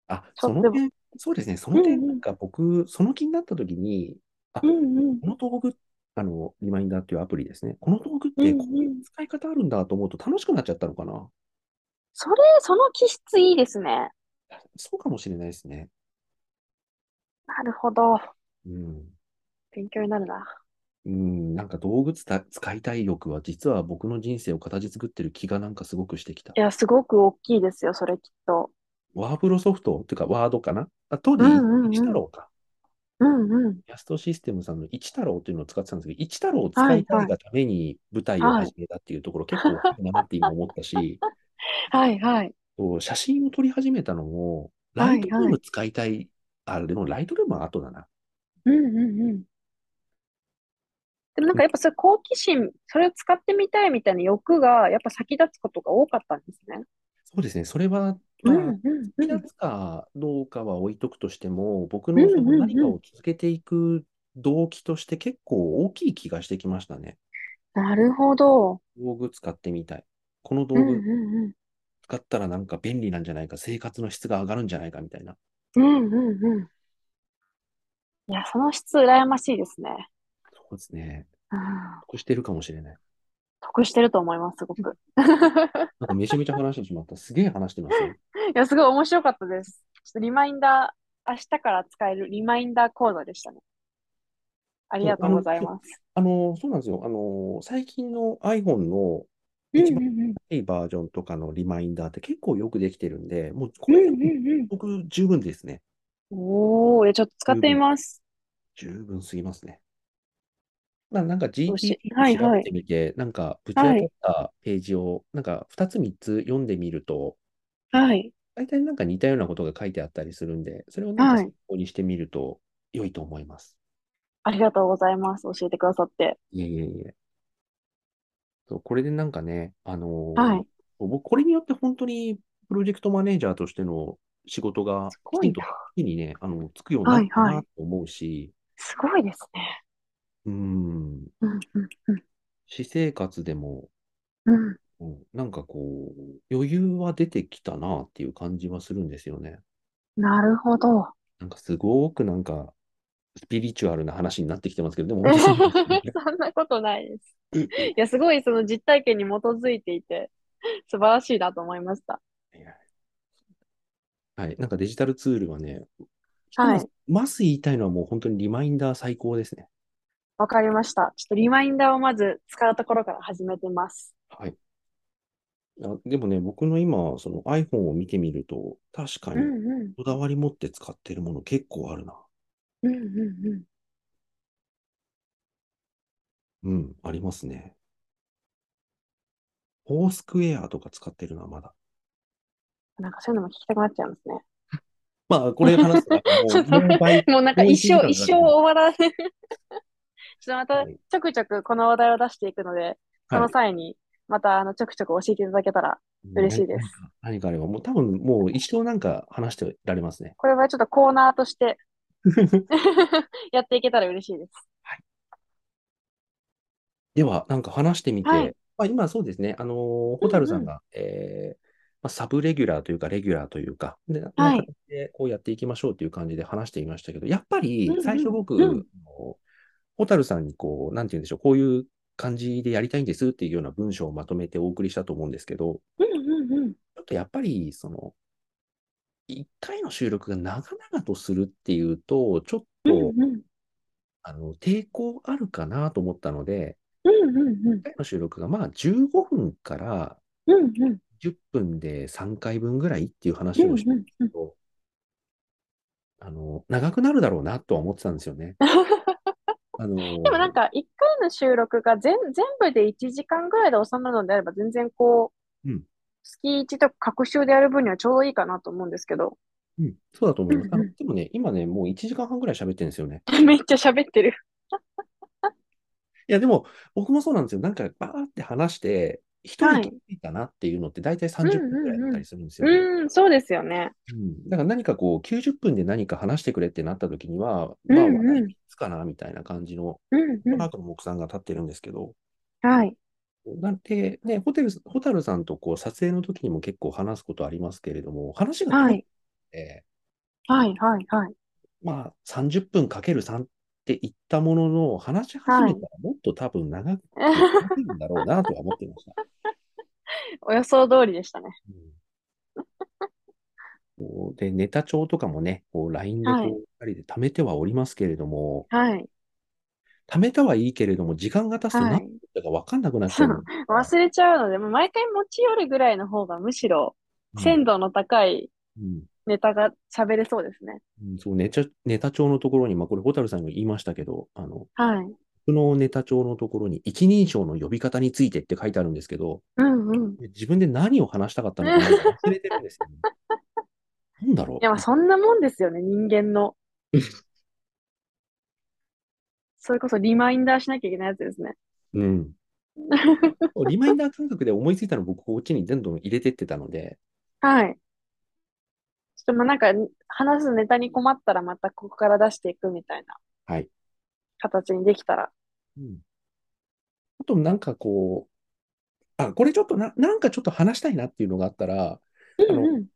[SPEAKER 1] あ、
[SPEAKER 2] ちょ
[SPEAKER 1] その
[SPEAKER 2] でも
[SPEAKER 1] 点、そうですね、その
[SPEAKER 2] うんう
[SPEAKER 1] 点、
[SPEAKER 2] ん
[SPEAKER 1] なんか僕、その気になったときに、
[SPEAKER 2] うんうん
[SPEAKER 1] この道具、あの、リマインダーっていうアプリですね、この道具っ
[SPEAKER 2] うんう。
[SPEAKER 1] てこういうん使い方あるんだと思うと楽しくなっちゃったのかな。
[SPEAKER 2] それ、その気質いいですね。
[SPEAKER 1] そうかもしれないですね。
[SPEAKER 2] なるほど。
[SPEAKER 1] うん。
[SPEAKER 2] 勉強になるな。
[SPEAKER 1] うん、なんか道具つた使いたい欲は実は僕の人生を形作ってる気がなんかすごくしてきた
[SPEAKER 2] い。や、すごく大きいですよ、それきっと。
[SPEAKER 1] ワープロソフトっていうかワードかなあ当時、
[SPEAKER 2] うんうんうん
[SPEAKER 1] 一太郎か。
[SPEAKER 2] うんうん。
[SPEAKER 1] ヤストシステムさんの一太郎っていうのを使ってたんですけど、一太郎を使いたいがために舞台を始めたっていうところ結構大きいなって今思ったし、
[SPEAKER 2] はいはい。
[SPEAKER 1] そう写真を撮り始めたのも、ライトルーム使いたい、あ、でもライトルームは後だな。
[SPEAKER 2] うんうんうん。でもなんかやっぱそれ好奇心、それを使ってみたいみたいな欲が、やっぱ先立つことが多かったんですね。
[SPEAKER 1] そうですね、それは、
[SPEAKER 2] う
[SPEAKER 1] まあ
[SPEAKER 2] んうん
[SPEAKER 1] 好き
[SPEAKER 2] う。
[SPEAKER 1] なんつかどうかは置いとくとしても、僕
[SPEAKER 2] う
[SPEAKER 1] の
[SPEAKER 2] ん
[SPEAKER 1] その
[SPEAKER 2] うん
[SPEAKER 1] 何かを続けていく動機として結構大きい気がしてきましたね。
[SPEAKER 2] なるほど。
[SPEAKER 1] 道具使ってみたい。この道
[SPEAKER 2] うんう
[SPEAKER 1] 具
[SPEAKER 2] ん
[SPEAKER 1] 使ったらなんか便利なんじゃないか、生活の質が上がるんじゃないかみたいな。
[SPEAKER 2] うん。うんうんうん。いや、その質羨ましいですね。
[SPEAKER 1] そうですね。
[SPEAKER 2] うん。
[SPEAKER 1] 得してるかもしれない。
[SPEAKER 2] 得してると思います、すごく。
[SPEAKER 1] なんかめちゃめちゃ話してしまった。すげえ話してますね。
[SPEAKER 2] いや、すごい面白かったです。ちょっとリマインダー、明日から使えるリマインダー講座でしたね。ありがとうございます。
[SPEAKER 1] あの、そうなんですよ。あの、最近の iPhone の
[SPEAKER 2] うん
[SPEAKER 1] 一
[SPEAKER 2] うん
[SPEAKER 1] 番
[SPEAKER 2] うん。
[SPEAKER 1] いいバージョンとかのリマインダーって結構よくできてるんで、もうこ
[SPEAKER 2] うん
[SPEAKER 1] れ、
[SPEAKER 2] うん
[SPEAKER 1] 僕十分ですね。
[SPEAKER 2] うん。おー、いや、ちょっと使ってみます。
[SPEAKER 1] 十分すぎますね。まあ、なんか
[SPEAKER 2] どう
[SPEAKER 1] GPT
[SPEAKER 2] しはい
[SPEAKER 1] 調
[SPEAKER 2] は
[SPEAKER 1] べ
[SPEAKER 2] い
[SPEAKER 1] てみて、なんかぶち当たったページを、なんか2つ3つ読んでみると、
[SPEAKER 2] はい。
[SPEAKER 1] 大体なんか似たようなことが書いてあったりするんで、それをなんか
[SPEAKER 2] はい
[SPEAKER 1] 参考にしてみると良いと思います。
[SPEAKER 2] ありがとうございます。教えてくださって。
[SPEAKER 1] いえいえいえ。そうこれでなんかね、あのー
[SPEAKER 2] はい
[SPEAKER 1] 僕、これによって本当にプロジェクトマネージャーとしての仕事が
[SPEAKER 2] す
[SPEAKER 1] き
[SPEAKER 2] ご
[SPEAKER 1] ち
[SPEAKER 2] い
[SPEAKER 1] ん
[SPEAKER 2] な
[SPEAKER 1] と手にね、あの、つくようになった
[SPEAKER 2] はい
[SPEAKER 1] な
[SPEAKER 2] は
[SPEAKER 1] いと思うし、
[SPEAKER 2] すごいですね。
[SPEAKER 1] うん、
[SPEAKER 2] うんうんうん
[SPEAKER 1] 私生活でも、
[SPEAKER 2] うん。
[SPEAKER 1] うんなんかこう、余裕は出てきたなっていう感じはするんですよね。
[SPEAKER 2] なるほど。
[SPEAKER 1] なんかすごくなんか、スピリチュアルな話になってきてますけど、でも本当そうな んですよね
[SPEAKER 2] そんなことないです。いや、すごいその実体験に基づいていて、素晴らしいなと思いました。
[SPEAKER 1] はい。なんかデジタルツールはね、
[SPEAKER 2] はい。
[SPEAKER 1] まず言いたいのはもう本当にリマインダー最高ですね。
[SPEAKER 2] わかりました。ちょっとリマインダーをまず使うところから始めてます。
[SPEAKER 1] はい。あでもね、僕の今、その iPhone を見てみると、確か
[SPEAKER 2] うん
[SPEAKER 1] に
[SPEAKER 2] うん。
[SPEAKER 1] こだわり持って使ってるもの結構あるな。
[SPEAKER 2] うんうんうん。
[SPEAKER 1] うん、ありますね。フォースクエアとか使ってるな、まだ。
[SPEAKER 2] なんかそういうのも聞きたくなっちゃい ますね。
[SPEAKER 1] まあ、これ話すとなんかもう、もう倍
[SPEAKER 2] もうなんか
[SPEAKER 1] もう
[SPEAKER 2] 一
[SPEAKER 1] 一時間
[SPEAKER 2] 生、
[SPEAKER 1] か
[SPEAKER 2] 一
[SPEAKER 1] かる
[SPEAKER 2] 生終わらないちょっとまた
[SPEAKER 1] はい
[SPEAKER 2] ちょくちょくこの話題を出していくので、その際にまたあのちょくちょく教えていただけたら、嬉しいです。
[SPEAKER 1] 何か何かあれば、もう多分もう一生なんか話してられますね。
[SPEAKER 2] これはちょっとコーナーとして やっていけたら嬉しいです。
[SPEAKER 1] では、なんか話してみて、
[SPEAKER 2] はい
[SPEAKER 1] まあ、今そうですね、あのー、ホタルさんが、えーまあ、サブレギュラーというか、レギュラーというか、で、な
[SPEAKER 2] はい
[SPEAKER 1] な形でこうやっていきましょうという感じで話していましたけど、やっぱり
[SPEAKER 2] うんうん
[SPEAKER 1] 最初僕、
[SPEAKER 2] うん
[SPEAKER 1] あのこう、ホタルさんにこう、なんて言うんでしょう、こういう感じでやりたいんですっていうような文章をまとめてお送りしたと思うんですけど、
[SPEAKER 2] うんうんうん。
[SPEAKER 1] ちょっとやっぱり、その、1回の収録が長々とするっていうと、ちょっと、
[SPEAKER 2] うんうん。
[SPEAKER 1] あの、抵抗あるかなと思ったので、
[SPEAKER 2] うんうんうん
[SPEAKER 1] 1。回の収録がまあ15分から
[SPEAKER 2] うんうん。
[SPEAKER 1] 10分で3回分ぐらいっていう話をして
[SPEAKER 2] うんうんうん。
[SPEAKER 1] あの、長くなるだろうなとは思ってたんですよ ね。あの、
[SPEAKER 2] でもなんか、一回の収録が全、全部で1時間ぐらいで収まるのであれば、全然こう、
[SPEAKER 1] うん
[SPEAKER 2] 月1とか隔週でやる分にはちょうどいいかなと思うんですけど、
[SPEAKER 1] うん、そうだと思います。あ
[SPEAKER 2] うんう
[SPEAKER 1] のでもね、今ね、もう1時間半ぐらい喋ってるんですよね。
[SPEAKER 2] めっちゃ喋ってる。
[SPEAKER 1] いや、でも、僕もそうなんですよ。なんか、バーって話して、一人
[SPEAKER 2] はい
[SPEAKER 1] 気づいたなっていうのって、大体30分ぐらいだったりするんですよね。
[SPEAKER 2] うーん、そうですよね。
[SPEAKER 1] うんだから何かこう、90分で何か話してくれってなった時には、
[SPEAKER 2] うん
[SPEAKER 1] まあ、
[SPEAKER 2] うん
[SPEAKER 1] 話題いつかなみたいな感じの、
[SPEAKER 2] うんう
[SPEAKER 1] マークの木さんが立ってるんですけど、
[SPEAKER 2] ん。はい。
[SPEAKER 1] なんて、ね、ホテル、ホタルさんとこう、撮影の時にも結構話すことありますけれども、話が
[SPEAKER 2] は
[SPEAKER 1] 長く
[SPEAKER 2] い。
[SPEAKER 1] て、
[SPEAKER 2] はい、はい、はい。
[SPEAKER 1] まあ、30分かける3って言ったものの、話し始めたらもっと多分長く なるんだろうなとは思ってました。
[SPEAKER 2] お予想通りでしたね。
[SPEAKER 1] うん こうで、ネタ帳とかもね、こう LINE でこう、
[SPEAKER 2] はい
[SPEAKER 1] 二人で貯めてはおりますけれども、
[SPEAKER 2] はい。
[SPEAKER 1] 貯めたはいいけれども、時間が経つと
[SPEAKER 2] は
[SPEAKER 1] 何
[SPEAKER 2] い。
[SPEAKER 1] だか分かんなくなっちゃう。
[SPEAKER 2] 忘れちゃうので、もう毎回持ち寄るぐらいの方がむしろ
[SPEAKER 1] うん
[SPEAKER 2] 鮮度の高い
[SPEAKER 1] うん
[SPEAKER 2] ネタが喋れそうですね。
[SPEAKER 1] うんそうネタネタ帳のところに、まあ、これ、蛍さんにも言いましたけど、あの、
[SPEAKER 2] はい。
[SPEAKER 1] 僕のネタ帳のところに、一人称の呼び方についてって書いてあるんですけど、
[SPEAKER 2] うんうん。
[SPEAKER 1] 自分で何を話したかったのかなんか忘れてるんです よね。なんだろう。
[SPEAKER 2] いや、まあそんなもんですよね、人 間の
[SPEAKER 1] うん。
[SPEAKER 2] それこそリマインダーしなきゃいけないやつですね。
[SPEAKER 1] うん。リマインダー感覚で思いついたの僕、こっちにどんどん入れてってたので、
[SPEAKER 2] はい。ちょっとまあなんか、話すネタに困ったらまたここから出していくみたいな
[SPEAKER 1] はい。
[SPEAKER 2] 形にできたら。
[SPEAKER 1] うんあと、なんかこう、あ、これちょっとな、なんかちょっと話したいなっていうのがあったら、
[SPEAKER 2] う
[SPEAKER 1] あ
[SPEAKER 2] ん
[SPEAKER 1] の
[SPEAKER 2] うん。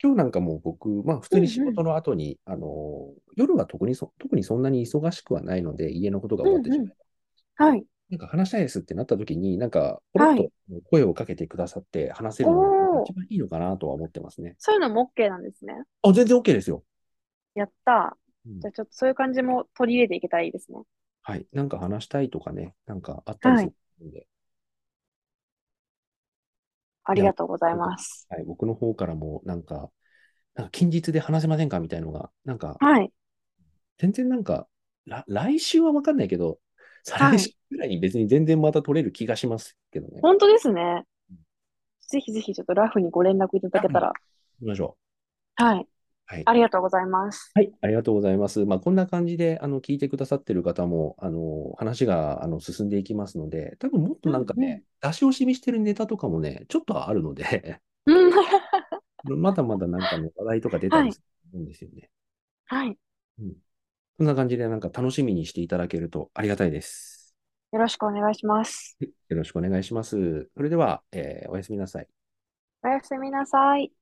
[SPEAKER 1] 今日なんかもう僕、まあ普通に仕事の後に、あの、夜は特にそ、特にそんなに忙しくはないので、家のことが終わってしまい、
[SPEAKER 2] うんはい。
[SPEAKER 1] なんか話したいですってなった時に、なんか、ポロッと声をかけてくださって話せるのが
[SPEAKER 2] おー
[SPEAKER 1] 一番いいのかなとは思ってますね。
[SPEAKER 2] そういうのも OK なんですね。
[SPEAKER 1] あ、全然 OK ですよ。
[SPEAKER 2] やった
[SPEAKER 1] うん
[SPEAKER 2] ー。じゃあちょっとそういう感じも取り入れていけたらいいですね。
[SPEAKER 1] はい。なんか話したいとかね、なんかあったりするので、
[SPEAKER 2] ありがとうございます。
[SPEAKER 1] はい、僕の方からも、なんか、なんか近日で話せませんかみたいのが、なんか、
[SPEAKER 2] はい。
[SPEAKER 1] 全然なんか、ら来週はわかんないけど、再
[SPEAKER 2] はい
[SPEAKER 1] 来週ぐらいに別に全然また取れる気がしますけどね。行
[SPEAKER 2] 本当ですね。ぜひぜひちょっとラフにご連絡いただけたら。
[SPEAKER 1] きましょ
[SPEAKER 2] はい。
[SPEAKER 1] う。はい。
[SPEAKER 2] ありがとうございます。
[SPEAKER 1] はい、ありがとうございます。まあ、こんな感じで、あの、聞いてくださってる方も、あの、話が、あの、進んでいきますので、多分もっとなんか
[SPEAKER 2] うんう
[SPEAKER 1] ね、出し惜しみしてるネタとかもね、ちょっとはあるので、
[SPEAKER 2] うん。
[SPEAKER 1] まだまだなんかね、話題とか出たりすると思うんですよね。
[SPEAKER 2] はい。
[SPEAKER 1] そんな感じで、なんか楽しみにしていただけるとありがたいです。
[SPEAKER 2] よろしくお願いします。
[SPEAKER 1] よろしくお願いします。それでは、えーおやすみなさい。
[SPEAKER 2] おやすみなさい。